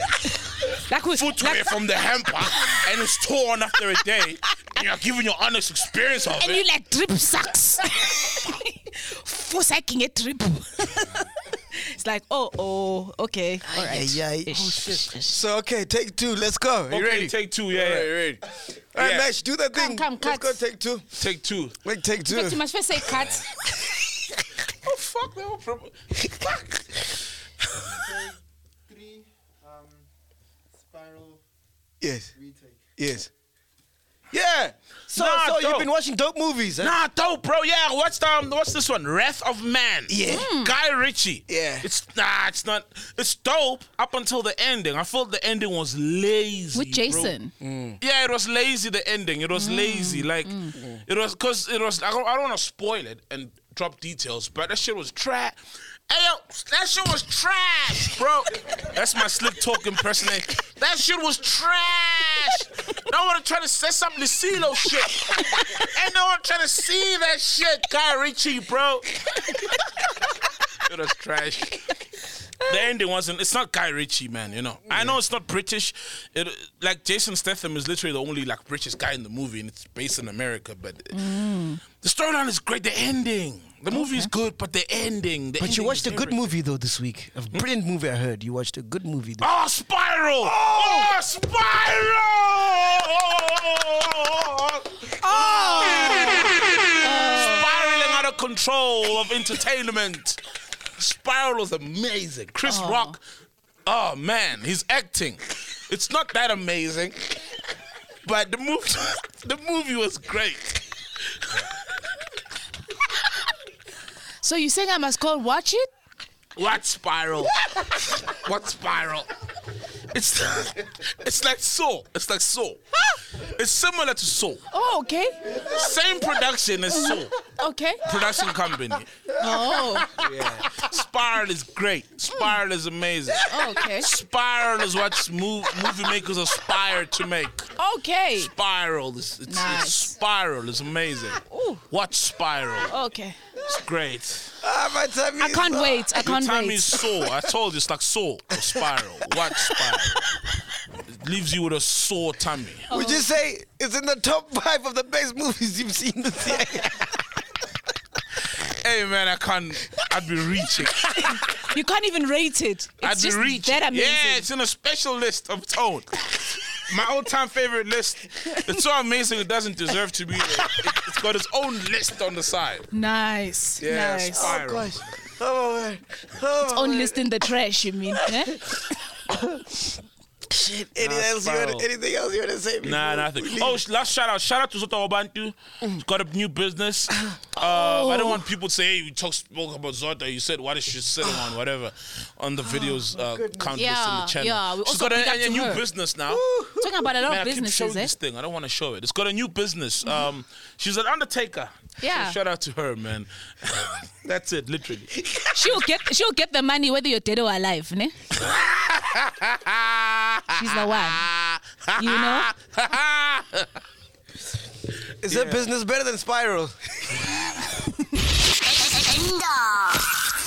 A: footwear from the hamper and it's torn after a day. And you're giving your honest experience of
B: and
A: it.
B: you like drip (laughs) sucks. For sacking a drip. (laughs) it's like, oh, oh, okay. All right.
C: Yeah, yeah. Oh, shit. So, okay, take two. Let's go.
A: Okay,
C: you ready?
A: take two, yeah,
C: All right,
A: yeah.
C: ready. All right,
A: Yeah.
C: Mash, do that thing.
B: come,
C: Let's
B: cut.
C: go take two.
A: Take two.
C: Wait, take two.
B: In fact, you must first say cut.
A: oh, fuck, they were prob- Fuck.
C: Yes. Yes. Yeah. So, so you've been watching dope movies, huh?
A: Nah, dope, bro. Yeah, what's um, what's this one? Wrath of Man.
C: Yeah.
B: Hmm.
A: Guy Ritchie.
C: Yeah.
A: It's nah, it's not. It's dope up until the ending. I felt the ending was lazy.
B: With
A: bro.
B: Jason.
A: Mm. Yeah, it was lazy. The ending. It was lazy. Like it was because it was. I don't, I don't want to spoil it and drop details, but that shit was trash. Hey, yo, that shit was trash, bro. That's my slick talk impersonation. That shit was trash. No one trying to say some Lucilo shit. Ain't no one trying to see that shit, Guy Ritchie, bro. It was
C: (laughs)
A: trash. The ending wasn't. It's not Guy Ritchie, man. You know, I know it's not British. It like Jason Statham is literally the only like British guy in the movie, and it's based in America. But
C: Mm.
A: the storyline is great. The ending, the movie is good, but the ending. The
C: But you
A: ending
C: watched a
A: is
C: good
A: everything.
C: movie, though, this week. A brilliant movie, I heard. You watched a good movie. This
A: Oh, Spiral! Oh, Spiral! Oh! Spiraling out of control of entertainment. Spiral was amazing. Chris
J: Oh.
A: Rock, oh man, his acting. It's not that amazing, but the movie, (laughs) the movie was great.
B: So you're saying I must go and watch it?
A: What spiral? what spiral? It's (laughs) it's like Saw. It's like Saw. It's similar to Saw.
B: Oh, okay.
A: Same production as Saw.
B: Okay.
A: Production company.
B: Oh.
A: Spiral is great. Spiral is amazing.
B: Oh, okay.
A: Spiral is what move, movie makers aspire to make.
B: Okay.
A: Spiral is it's,
B: Nice.
A: it's spiral is amazing. Watch Spiral.
B: Okay.
A: It's great.
C: Ah, my tummy
B: I can't wait. I
A: uh, Your
B: can't
A: time
B: wait.
A: is sore. I told you, it's like sore or spiral. Watch spiral. It leaves you with a sore tummy.
C: Would you say it's in the top five of the best movies you've seen this (laughs) year?
A: Hey man, I can't. I'd be reaching.
B: You can't even rate it. It's
A: I'd
B: just
A: be reaching.
B: that amazing.
A: Yeah, it's in a special list of tone. (laughs) My all-time favorite list. It's so amazing. It doesn't deserve to be. there. It, it's got its own list on the side.
B: Nice.
A: Yeah,
B: nice.
A: spiral. Oh, gosh.
C: Oh, man. Oh,
B: it's only list in the trash, you mean? eh?
A: (laughs)
C: Shit. Any else you wanna,
A: Spiral.
C: anything else you want to say?
A: Nah, nothing. Oh, sh- last shout out. Shout out to Zoto Obantu. He's got a new
B: (gasps)
A: business. Uh, I
B: Oh.
A: don't want people to say, hey, you talk, spoke about Zoto. You said, what is she sitting on? Whatever. On
B: (gasps)
A: the videos, uh, countless in
B: Yeah,
A: the channel.
B: yeah, we
A: She's
B: also
A: got a,
B: big up
A: a- a
B: to
A: new
B: her.
A: business now.
B: Talking about a lot
A: Man,
B: of
A: I keep showing
B: businesses, eh?
A: this thing. I don't want to show it. It's got a new business. Um, she's an undertaker.
B: Mm-hmm. Yeah.
A: So shout out to her, man. (laughs) That's it,
B: (laughs)
A: literally.
B: She'll get she'll get the money whether you're dead or alive, ne? She's
A: (laughs)
B: the one. You know?
C: Is her business better
A: (laughs)
C: than Spiral?